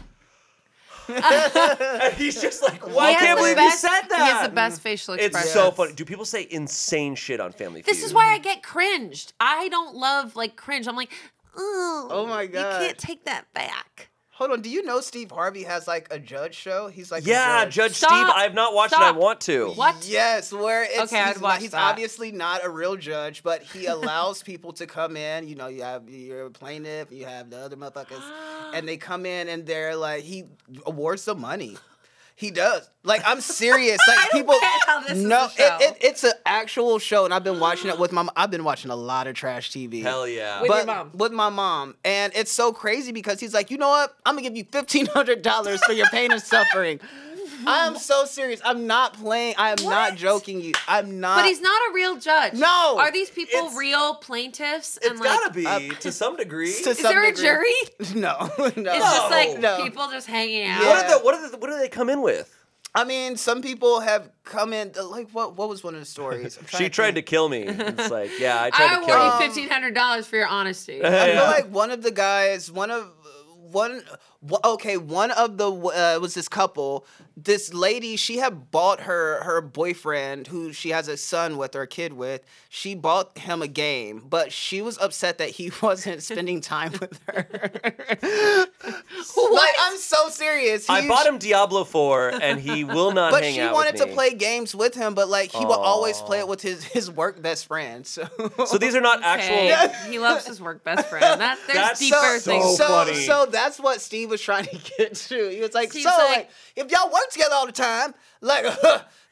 Speaker 1: and he's just like, well, I
Speaker 2: He has
Speaker 1: can't
Speaker 2: the
Speaker 1: believe you
Speaker 2: best-
Speaker 1: said that.
Speaker 2: He has the best facial
Speaker 1: It's
Speaker 2: expression.
Speaker 1: so funny. Do people say insane shit on Family Feud?
Speaker 2: This is why I get cringed. I don't love like cringe. I'm like, oh,
Speaker 3: Oh my God.
Speaker 2: you can't take that back.
Speaker 3: Hold on. Do you know Steve Harvey has like a judge show? He's like a
Speaker 1: Yeah, Judge
Speaker 2: Stop.
Speaker 1: Steve. I have not watched it. I
Speaker 2: Stop.
Speaker 1: want to.
Speaker 2: What?
Speaker 3: Yes, where it's
Speaker 2: Okay,
Speaker 3: he's,
Speaker 2: I'd
Speaker 3: not-
Speaker 2: watch
Speaker 3: he's
Speaker 2: that.
Speaker 3: obviously not a real judge, but he allows people to come in. You know, you have your plaintiff, you have the other motherfuckers, and they come in and they're like, he awards the money. He does. Like I'm serious. Like people.
Speaker 2: get how this is
Speaker 3: no,
Speaker 2: a show.
Speaker 3: It, it, it's an actual show, and I've been watching it with my. mom. I've been watching a lot of trash TV.
Speaker 1: Hell yeah.
Speaker 4: With
Speaker 3: but
Speaker 4: your mom.
Speaker 3: with my mom, and it's so crazy because he's like, you know what? I'm gonna give you fifteen hundred dollars for your pain and suffering. I am so serious. I'm not playing. I am not joking you. I'm not.
Speaker 2: But he's not a real judge.
Speaker 3: Uh, No,
Speaker 2: Are these people
Speaker 1: it's-
Speaker 2: real plaintiffs?
Speaker 1: It's
Speaker 2: and like,
Speaker 1: gotta be to some degree.
Speaker 3: To
Speaker 2: Is there a
Speaker 3: degree.
Speaker 2: jury?
Speaker 3: No, no.
Speaker 2: It's just like
Speaker 3: No.
Speaker 2: people just hanging out.
Speaker 1: what,
Speaker 3: Yeah.
Speaker 1: are the, what, are the, what do they come in with?
Speaker 3: I mean, some people have come in. Like, what? What was one of the stories? I'm trying
Speaker 1: She tried to
Speaker 3: think.
Speaker 1: kill me. It's like, yeah, I tried
Speaker 2: I
Speaker 1: to kill
Speaker 2: award
Speaker 1: you.
Speaker 2: you fifteen hundred dollars for your honesty.
Speaker 1: Yeah,
Speaker 3: I feel
Speaker 1: yeah.
Speaker 3: like one of the guys, one of one. wh- Okay, one of the uh, was this couple. This lady, she had bought her her boyfriend, who she has a son with or a kid with. She bought him a game, but she was upset that he wasn't spending time with her. Like, I'm so serious.
Speaker 1: I
Speaker 3: He-
Speaker 1: bought him Diablo 4 and he will not
Speaker 3: but
Speaker 1: hang
Speaker 3: she
Speaker 1: out
Speaker 3: wanted
Speaker 1: with
Speaker 3: to
Speaker 1: me.
Speaker 3: play games with him, but like he would always play it with his his work best friend. So,
Speaker 1: So these are not
Speaker 2: Okay.
Speaker 1: actual.
Speaker 2: he loves his work best friend. That there's
Speaker 1: That's so
Speaker 2: deeper things.
Speaker 3: so,
Speaker 1: funny.
Speaker 3: so that's what Steve was trying to get to. He was like,
Speaker 2: Steve's
Speaker 3: so like,
Speaker 2: like-
Speaker 3: if y'all work together all the time, like,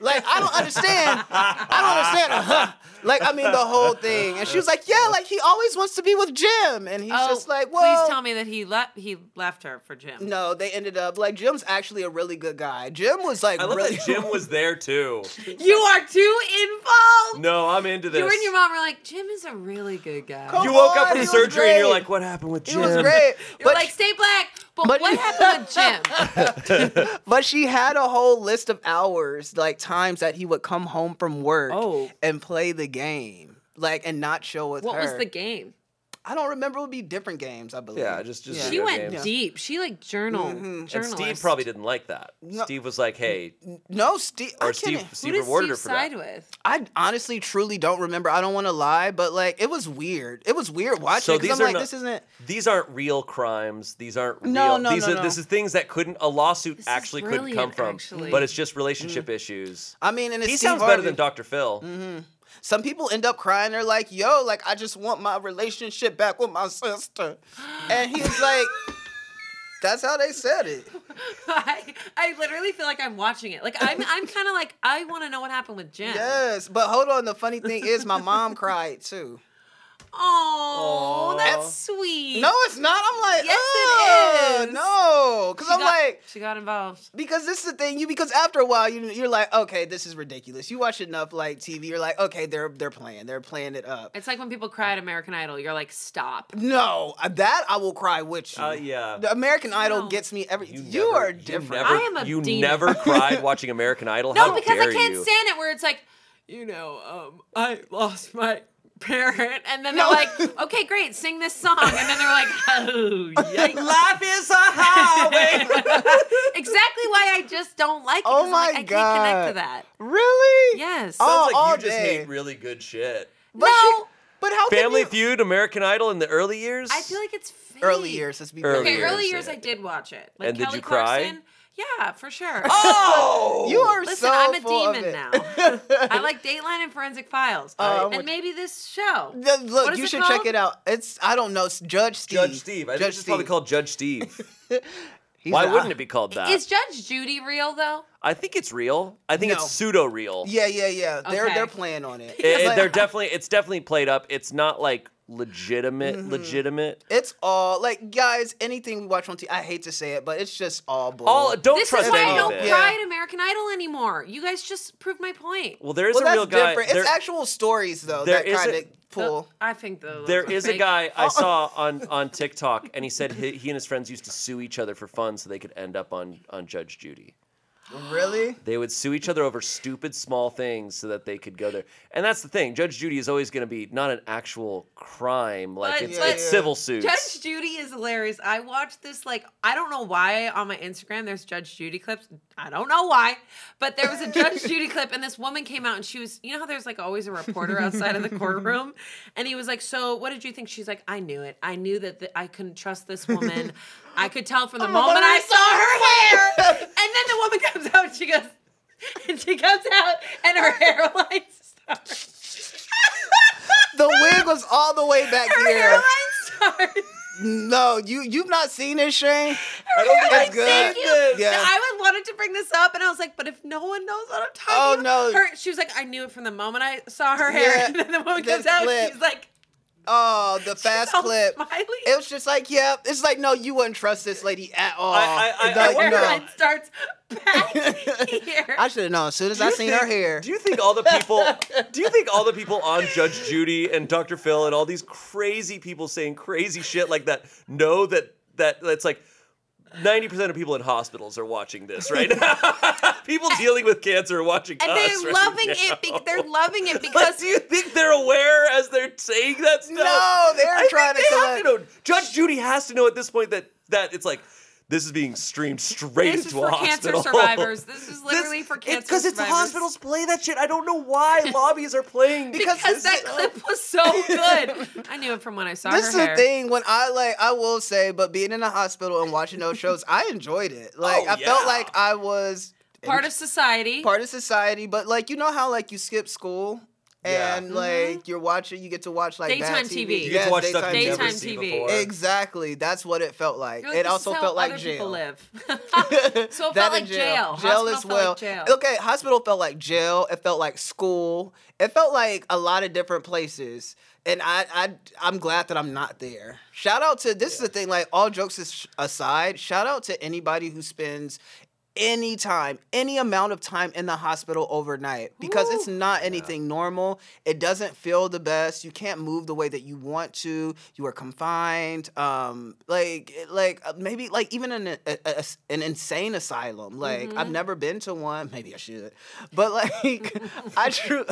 Speaker 3: like I don't understand. I don't understand. like I mean the whole thing. And she was like, yeah, like he always wants to be with Jim, and he's
Speaker 2: oh,
Speaker 3: just like, well,
Speaker 2: please tell me that he left. He left her for Jim.
Speaker 3: No, they ended up like Jim's actually a really good guy. Jim was like
Speaker 1: I love
Speaker 3: really
Speaker 1: that Jim was there too.
Speaker 2: You are too involved.
Speaker 1: No, I'm into this.
Speaker 2: You and your mom were like, Jim is a really good guy.
Speaker 3: Come
Speaker 1: You woke up
Speaker 3: on,
Speaker 1: from
Speaker 3: he was
Speaker 1: surgery and you're
Speaker 3: great.
Speaker 1: like, what happened with
Speaker 3: It
Speaker 1: Jim?
Speaker 3: was great.
Speaker 2: You're like, stay black. But,
Speaker 3: But-
Speaker 2: what happened with Jim?
Speaker 3: But she had a whole list of hours, like times that he would come home from work
Speaker 2: Oh.
Speaker 3: and play the game, like and not show with
Speaker 2: What
Speaker 3: her.
Speaker 2: was the game?
Speaker 3: I don't remember. It would be different games, I believe.
Speaker 1: Yeah, just just.
Speaker 3: Yeah.
Speaker 2: She
Speaker 1: video
Speaker 2: went
Speaker 1: games.
Speaker 2: deep. She like journal.
Speaker 1: And
Speaker 2: journalist.
Speaker 1: Steve probably didn't like that. Steve was like, hey,
Speaker 3: no, Steve. I
Speaker 1: or
Speaker 3: can't.
Speaker 1: Steve,
Speaker 2: Who
Speaker 1: Steve
Speaker 2: did
Speaker 1: rewarded
Speaker 2: Steve
Speaker 1: her for that.
Speaker 2: side with?
Speaker 3: I honestly, truly don't remember. I don't want to lie, but like it was weird. It was weird watching.
Speaker 1: So
Speaker 3: it 'cause
Speaker 1: these
Speaker 3: I'm
Speaker 1: are
Speaker 3: like,
Speaker 1: not-
Speaker 3: this isn't.
Speaker 1: These aren't real crimes. These aren't real.
Speaker 3: No, no,
Speaker 1: these
Speaker 3: no,
Speaker 1: are
Speaker 3: no.
Speaker 1: this is things that couldn't a lawsuit
Speaker 2: is
Speaker 1: actually couldn't come
Speaker 2: brilliant,
Speaker 1: from.
Speaker 2: actually.
Speaker 1: But it's just relationship issues.
Speaker 3: I mean, and it's
Speaker 1: He
Speaker 3: Steve
Speaker 1: sounds better
Speaker 3: Harvey.
Speaker 1: than Dr. Phil.
Speaker 3: Some people end up crying. They're like, "Yo, like I just want my relationship back with my sister," and he's like, "That's how they said it."
Speaker 2: I, I literally feel like I'm watching it. Like I'm I'm kind of like I want to know what happened with Jim.
Speaker 3: Yes, but hold on. The funny thing is, my mom cried too.
Speaker 2: Oh, that's sweet.
Speaker 3: No, it's not. I'm like,
Speaker 2: Yes, it
Speaker 3: oh,
Speaker 2: is.
Speaker 3: no, because
Speaker 2: she
Speaker 3: I'm
Speaker 2: got,
Speaker 3: like,
Speaker 2: she got involved.
Speaker 3: because this is the thing. You because after a while, you you're like, okay, this is ridiculous. You watch enough like TV. You're like, okay, they're they're playing, they're playing it up.
Speaker 2: It's like when people cry at American Idol. You're like, stop.
Speaker 3: No, uh, that I will cry with you.
Speaker 1: Uh, yeah.
Speaker 3: The American Idol
Speaker 2: No.
Speaker 3: gets me every. You,
Speaker 1: never-
Speaker 3: are different.
Speaker 1: You never,
Speaker 2: I am a
Speaker 1: you
Speaker 2: demon.
Speaker 1: never cried watching American Idol.
Speaker 2: No,
Speaker 1: How
Speaker 2: because
Speaker 1: dare
Speaker 2: I can't
Speaker 1: you?
Speaker 2: stand it where it's like, you know, um, I lost my parent, and then
Speaker 3: No.
Speaker 2: they're like, okay, great, sing this song, and then they're like, oh, yikes.
Speaker 1: Life is a highway.
Speaker 2: exactly why I just don't like it.
Speaker 3: Oh
Speaker 2: 'cause I'm like,
Speaker 3: my
Speaker 2: I can't connect
Speaker 3: God.
Speaker 2: to that.
Speaker 3: Really?
Speaker 2: Yes.
Speaker 3: Oh,
Speaker 1: Sounds
Speaker 3: all
Speaker 1: like you just
Speaker 3: day.
Speaker 1: hate really good shit.
Speaker 3: But
Speaker 2: No.
Speaker 3: she- but how can
Speaker 1: Family
Speaker 3: you-
Speaker 1: Feud, American Idol in the early years.
Speaker 2: I feel like it's fake.
Speaker 3: Early years. Let's be
Speaker 1: Early
Speaker 2: Okay,
Speaker 3: real.
Speaker 2: early
Speaker 1: years,
Speaker 2: years
Speaker 1: yeah.
Speaker 2: I did watch it. Like
Speaker 1: And did
Speaker 2: Kelly
Speaker 1: you cry?
Speaker 2: Clarkson. Yeah, for sure.
Speaker 1: Oh,
Speaker 3: You are
Speaker 2: Listen,
Speaker 3: so
Speaker 2: I'm a
Speaker 3: full of
Speaker 2: demon
Speaker 3: it.
Speaker 2: now. I like Dateline and Forensic Files,
Speaker 3: Um,
Speaker 2: and maybe this show.
Speaker 3: The-
Speaker 2: What
Speaker 3: look,
Speaker 2: is
Speaker 3: you
Speaker 2: it
Speaker 3: should check
Speaker 2: called?
Speaker 3: it out. It's I don't know, it's Judge Steve.
Speaker 1: Judge Steve. I think it's probably called Judge Steve. Why wouldn't it be called that?
Speaker 2: Is Judge Judy real though?
Speaker 1: I think it's real. I think
Speaker 3: No.
Speaker 1: it's pseudo real.
Speaker 3: Yeah, yeah, yeah. They're
Speaker 2: Okay.
Speaker 3: they're playing on it.
Speaker 1: It- it-
Speaker 3: Like,
Speaker 1: they're definitely it's definitely played up. It's not like legitimate,
Speaker 3: Mm-hmm.
Speaker 1: legitimate.
Speaker 3: It's all like guys. Anything we watch on TV, I hate to say it, but it's just all bull.
Speaker 1: All don't
Speaker 2: This
Speaker 1: trust
Speaker 2: is why
Speaker 1: any
Speaker 2: I
Speaker 1: of
Speaker 2: don't
Speaker 1: it.
Speaker 3: Yeah.
Speaker 2: cry at American Idol anymore. You guys just proved my point.
Speaker 1: Well, there is
Speaker 3: well,
Speaker 1: a
Speaker 3: that's
Speaker 1: real guy.
Speaker 3: different.
Speaker 1: there-
Speaker 3: it's actual stories though
Speaker 1: there
Speaker 3: that
Speaker 1: is a-
Speaker 3: kind of pull.
Speaker 2: I think though
Speaker 1: There is a guy I saw on, on TikTok, and he said he, he and his friends used to sue each other for fun so they could end up on, on Judge Judy.
Speaker 3: really?
Speaker 1: They would sue each other over stupid small things so that they could go there. And that's the thing. Judge Judy is always going to be not an actual crime. Like
Speaker 2: But-
Speaker 1: it's,
Speaker 2: but-
Speaker 1: it's civil suits.
Speaker 2: Judge Judy is hilarious. I watched this like I don't know why on my Instagram there's Judge Judy clips. I don't know why, but there was a Judge Judy clip and this woman came out and she was you know how there's like always a reporter outside of the courtroom and he was like, "So, what did you think?" She's like, "I knew it. I knew that th- I couldn't trust this woman. I could tell from the moment I saw her hair." And then the woman comes out and she goes and she comes out and her hair lights start.
Speaker 3: The wig was all the way back
Speaker 2: Her
Speaker 3: here.
Speaker 2: hairline starts.
Speaker 3: No, you you've not seen this, Shane.
Speaker 1: I don't think
Speaker 3: It's
Speaker 1: I've
Speaker 3: good.
Speaker 1: seen
Speaker 2: Thank you.
Speaker 3: Yeah.
Speaker 2: No, I was wanted to bring this up, and I was like, but if no one knows what I'm talking
Speaker 3: Oh,
Speaker 2: about,
Speaker 3: no.
Speaker 2: her, she was like, I knew it from the moment I saw her hair,
Speaker 3: Yeah,
Speaker 2: and then the woman
Speaker 3: this
Speaker 2: comes out,
Speaker 3: clip.
Speaker 2: and she's like,
Speaker 3: Oh, the fast
Speaker 2: all
Speaker 3: clip.
Speaker 2: smiley.
Speaker 3: It was just like, yeah. It's like, no, you wouldn't trust this lady at all.
Speaker 1: I- I- I-
Speaker 3: Like,
Speaker 1: I
Speaker 2: her
Speaker 1: wonder-
Speaker 3: no.
Speaker 2: head starts back here.
Speaker 3: I should have known as soon as I seen her hair.
Speaker 1: Do you think all the people? do you think all the people on Judge Judy and Dr. Phil and all these crazy people saying crazy shit like that know that that that's like ninety percent of people in hospitals are watching this right now. people dealing with cancer are watching
Speaker 2: and
Speaker 1: us.
Speaker 2: they're
Speaker 1: right
Speaker 2: loving
Speaker 1: now.
Speaker 2: it. Be- they're loving it
Speaker 1: But
Speaker 2: because
Speaker 1: do you think they're aware as they're saying that stuff?
Speaker 3: No, they're
Speaker 1: I
Speaker 3: trying
Speaker 1: think
Speaker 3: to
Speaker 1: they
Speaker 3: collect.
Speaker 1: have to know. Judge Judy has to know at this point that that it's like this is being streamed straight
Speaker 2: this is
Speaker 1: into
Speaker 2: for
Speaker 1: a
Speaker 2: cancer
Speaker 1: hospital.
Speaker 2: survivors. This is
Speaker 1: This-
Speaker 2: literally for
Speaker 1: it-
Speaker 2: cancer
Speaker 1: Because it's
Speaker 2: survivors.
Speaker 1: hospitals play that shit. I don't know why lobbies are playing.
Speaker 2: Because that clip was so good. I knew it from when I saw
Speaker 3: This
Speaker 2: her
Speaker 3: is
Speaker 2: hair.
Speaker 3: the thing when I like I will say, but being in the hospital and watching those shows, I enjoyed it. Like
Speaker 1: Oh,
Speaker 3: I felt
Speaker 1: yeah.
Speaker 3: like I was
Speaker 2: Part of society.
Speaker 3: part of society, but like you know how like you skip school
Speaker 1: Yeah.
Speaker 3: and like you're watching, you get to watch like bad
Speaker 2: Mm-hmm. Daytime TV.
Speaker 1: you
Speaker 2: You
Speaker 1: get
Speaker 3: Yes,
Speaker 1: to watch stuff
Speaker 3: daytime
Speaker 1: you've never
Speaker 2: Daytime
Speaker 1: seen
Speaker 2: TV.
Speaker 1: before.
Speaker 3: Exactly, that's what it felt like.
Speaker 2: You're like,
Speaker 3: it
Speaker 2: this is
Speaker 3: also
Speaker 2: how
Speaker 3: felt like
Speaker 2: other
Speaker 3: jail.
Speaker 2: People live. so it
Speaker 3: That
Speaker 2: felt
Speaker 3: and
Speaker 2: like jail.
Speaker 3: Jail
Speaker 2: Hospital
Speaker 3: as
Speaker 2: felt
Speaker 3: well.
Speaker 2: Like jail.
Speaker 3: Okay, hospital felt like jail. It felt like school. It felt like a lot of different places. And I, I, I'm glad that I'm not there. Shout out to this is the thing. Like all jokes as- aside, shout out to anybody who spends any time, any amount of time in the hospital overnight because it's not anything normal. It doesn't feel the best. You can't move the way that you want to. You are confined. Um, like like uh, maybe like even in a, a- a- eh, an insane asylum. Like I've never been to one. Maybe I should, but like I tru-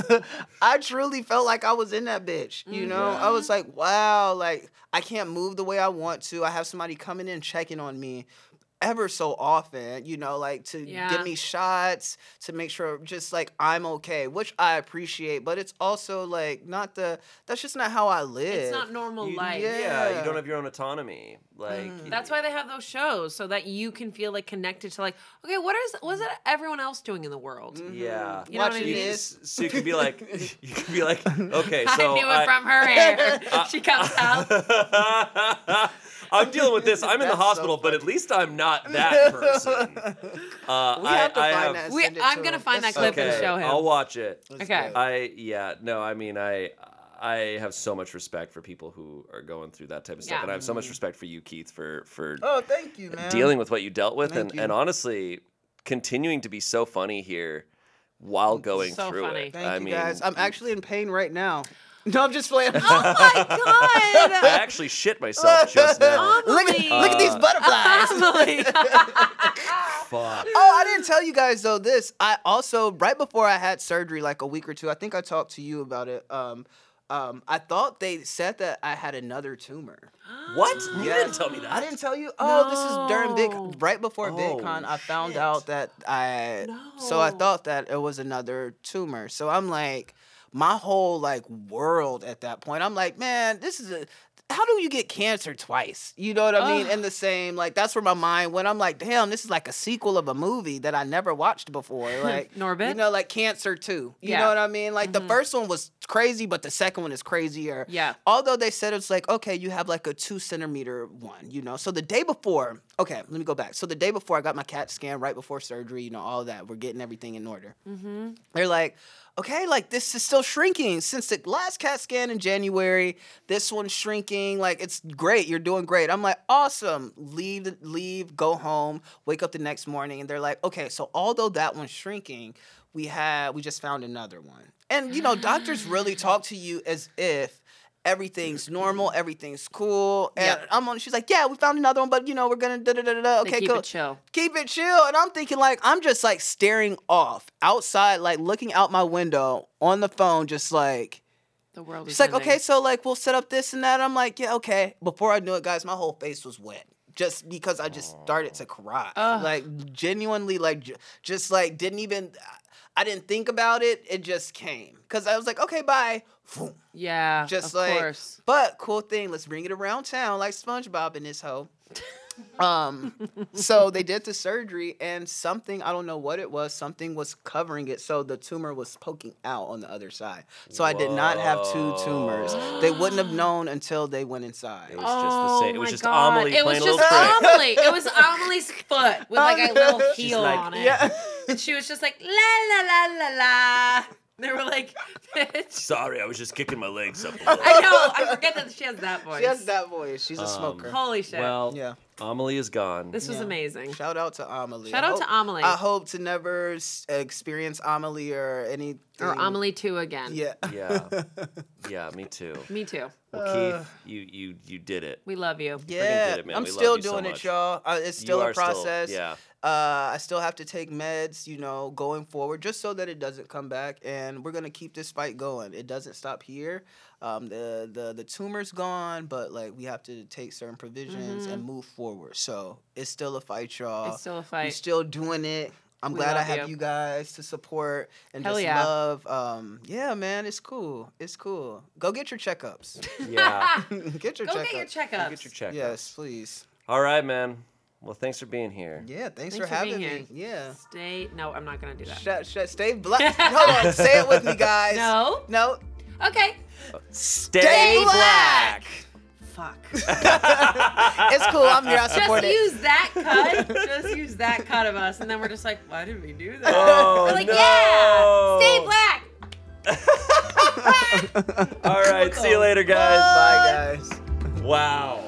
Speaker 3: I truly felt like I was in that bitch. You know, I was like, wow, like I can't move the way I want to. I have somebody coming in checking on me ever so often, you know, like to
Speaker 2: Yeah.
Speaker 3: give me shots to make sure just like I'm okay, which I appreciate, but it's also like not the that's just not how I live.
Speaker 2: It's not normal
Speaker 1: You-
Speaker 2: life.
Speaker 1: yeah. Mm. you
Speaker 3: Yeah.
Speaker 1: don't have your own autonomy. Like
Speaker 2: That's why they have those shows so that you can feel like connected to like, okay, what is what is that everyone else doing in the world?
Speaker 3: Mm.
Speaker 1: Mm-hmm. Yeah.
Speaker 2: Mm-hmm. You know what I mean?
Speaker 3: Watching this.
Speaker 1: So you could be like, you could be like, okay,
Speaker 2: I
Speaker 1: so uh,
Speaker 2: knew it from her hair. she comes out.
Speaker 1: I'm dealing with this. I'm in the
Speaker 3: That's so
Speaker 1: hospital, but at least I'm not that person. Uh,
Speaker 3: We
Speaker 1: I
Speaker 3: have to
Speaker 1: I
Speaker 3: find
Speaker 1: have-
Speaker 3: that.
Speaker 2: We-
Speaker 3: send it
Speaker 2: I'm
Speaker 3: to
Speaker 2: gonna
Speaker 3: him.
Speaker 2: find
Speaker 3: That's
Speaker 2: that clip
Speaker 3: so
Speaker 2: and
Speaker 1: Okay,
Speaker 3: good.
Speaker 2: show him.
Speaker 1: I'll watch it.
Speaker 2: Okay.
Speaker 1: I yeah no I mean I I have so much respect for people who are going through that type of stuff
Speaker 2: Yeah. Mm-hmm.
Speaker 1: and I have so much respect for you Keith for for
Speaker 3: Oh, thank you, man.
Speaker 1: dealing with what you dealt with and,
Speaker 3: Thank you.
Speaker 1: and honestly continuing to be so funny here while going
Speaker 2: So
Speaker 1: through
Speaker 2: funny.
Speaker 1: it.
Speaker 3: Thank
Speaker 1: I
Speaker 3: you
Speaker 1: mean
Speaker 3: guys. I'm actually in pain right now. No, I'm just playing.
Speaker 2: Oh my
Speaker 1: I
Speaker 2: god. Um,
Speaker 1: actually shit myself just now. Uh,
Speaker 3: look at look at these butterflies.
Speaker 2: Emily.
Speaker 1: Fuck.
Speaker 3: Oh, I didn't tell you guys though this. I also right before I had surgery, like a week or two, I think I talked to you about it. Um, um, I thought they said that I had another tumor.
Speaker 1: What?
Speaker 2: um,
Speaker 1: You didn't
Speaker 3: Yes.
Speaker 1: tell me that.
Speaker 3: I didn't tell you. Oh, this is during
Speaker 2: No.
Speaker 3: Big, right before
Speaker 1: Oh,
Speaker 3: VidCon, I found
Speaker 1: shit.
Speaker 3: out that I. So I
Speaker 2: No.
Speaker 3: thought that it was another tumor. So I'm like, my whole like world at that point. I'm like, man, this is a. How do you get cancer twice? You know what I mean?
Speaker 2: Ugh.
Speaker 3: In the same, like that's where my mind went. I'm like, damn, this is like a sequel of a movie that I never watched before. Like
Speaker 2: Norbit?
Speaker 3: you know, like Cancer Two. You
Speaker 2: Yeah. Mm-hmm.
Speaker 3: know what I mean? Like the first one was crazy, but the second one is crazier.
Speaker 2: Yeah.
Speaker 3: Although they said it's like, okay, you have like a two centimeter one, you know. So the day before, okay, let me go back. So the day before I got my CAT scan, right before surgery, you know, all that, we're getting everything in order. They're like, Okay, like this is still shrinking since the last CAT scan in January. This one's shrinking. Like it's great. You're doing great. I'm like, awesome. Leave, leave, go home. Wake up the next morning, and they're like, okay. So although that one's shrinking, we had we just found another one. And you know, doctors really talk to you as if everything's normal, everything's cool. And
Speaker 2: Yep.
Speaker 3: I'm on. She's like, yeah, we found another one, but you know, we're gonna da da da da da.
Speaker 2: They
Speaker 3: Okay,
Speaker 2: keep
Speaker 3: cool
Speaker 2: it chill.
Speaker 3: keep it chill. And I'm thinking like I'm just like staring off outside, like looking out my window on the phone, just like
Speaker 2: The world is
Speaker 3: she's like,
Speaker 2: ending.
Speaker 3: okay, so like we'll set up this and that. I'm like, yeah, okay. Before I knew it, guys, my whole face was wet. Just because I just started to cry,
Speaker 2: Ugh.
Speaker 3: like genuinely, like ju- just like didn't even, I didn't think about it. It just came because I was like, okay, bye. Vroom.
Speaker 2: yeah,
Speaker 3: Just
Speaker 2: of
Speaker 3: like,
Speaker 2: course.
Speaker 3: but cool thing. Let's bring it around town like SpongeBob in this hoe. Um, so they did the surgery, and something I don't know what it was. Something was covering it, so the tumor was poking out on the other side. So I did not have two tumors. They wouldn't have known until they went inside.
Speaker 1: It was just the same. It was
Speaker 2: Oh my
Speaker 1: just
Speaker 2: God.
Speaker 1: Amelie
Speaker 2: It was
Speaker 1: playing
Speaker 2: just
Speaker 1: a little trick.
Speaker 2: Amelie. It was Amelie's foot with like a little
Speaker 3: She's
Speaker 2: heel
Speaker 1: like,
Speaker 2: on it.
Speaker 3: Yeah,
Speaker 2: And she was just like, la la la la la. They were like, bitch.
Speaker 1: Sorry, I was just kicking my legs up. A little.
Speaker 2: I know. I forget that she has that voice. Um,
Speaker 3: she has that voice. She's a smoker.
Speaker 2: Holy shit.
Speaker 1: Well,
Speaker 3: Yeah.
Speaker 1: Amelie is gone.
Speaker 2: this was
Speaker 3: yeah.
Speaker 2: amazing.
Speaker 3: Shout out to Amelie.
Speaker 2: Shout
Speaker 3: I
Speaker 2: out to
Speaker 3: hope-
Speaker 2: Amelie.
Speaker 3: I hope to never s- experience Amelie or any
Speaker 2: Or Amelie 2 again.
Speaker 3: Yeah.
Speaker 1: yeah, yeah, me too.
Speaker 2: Me too.
Speaker 1: Well,
Speaker 3: Uh,
Speaker 1: Keith, you you you did it.
Speaker 2: We love you.
Speaker 3: Yeah,
Speaker 1: did it, man.
Speaker 3: I'm
Speaker 1: We love
Speaker 3: still
Speaker 1: you so
Speaker 3: doing
Speaker 1: much.
Speaker 3: it, y'all. Uh, it's still
Speaker 1: you
Speaker 3: a
Speaker 1: are
Speaker 3: process.
Speaker 1: Still, yeah,
Speaker 3: Uh, I still have to take meds, you know, going forward, just so that it doesn't come back. And we're gonna keep this fight going. It doesn't stop here. Um, the the the tumor's gone, but like we have to take certain provisions and move forward. So it's still a fight, y'all.
Speaker 2: Mm-hmm. It's still a
Speaker 3: We're
Speaker 2: fight.
Speaker 3: still doing it. I'm
Speaker 2: We
Speaker 3: glad I
Speaker 2: love
Speaker 3: have
Speaker 2: you.
Speaker 3: you. guys to support and
Speaker 2: Hell
Speaker 3: just
Speaker 2: yeah.
Speaker 3: love. Um, yeah, man, it's cool. It's cool. Go get your checkups.
Speaker 1: yeah.
Speaker 3: get your
Speaker 2: Go
Speaker 3: checkups.
Speaker 2: get your checkups.
Speaker 1: Get your check.
Speaker 3: Yes, please.
Speaker 1: All right, man. Well, thanks for being here.
Speaker 3: Yeah, thanks,
Speaker 2: Thanks
Speaker 3: for,
Speaker 2: for
Speaker 3: having
Speaker 2: being
Speaker 3: me. Yeah.
Speaker 2: Stay. No, I'm not going to do that.
Speaker 3: Shut, shut, stay black. Hold on, say it with me, guys.
Speaker 2: No.
Speaker 3: No.
Speaker 2: Okay.
Speaker 1: Stay,
Speaker 3: black.
Speaker 2: Fuck.
Speaker 3: It's cool. I'm here. I
Speaker 2: Just
Speaker 3: support it.
Speaker 2: use that cut. Just use that cut of us. And then we're just like, why did we do that?
Speaker 1: Oh,
Speaker 2: we're like,
Speaker 1: no.
Speaker 2: yeah. Stay black.
Speaker 1: All right, see you later, guys.
Speaker 3: Bye, guys.
Speaker 1: Wow.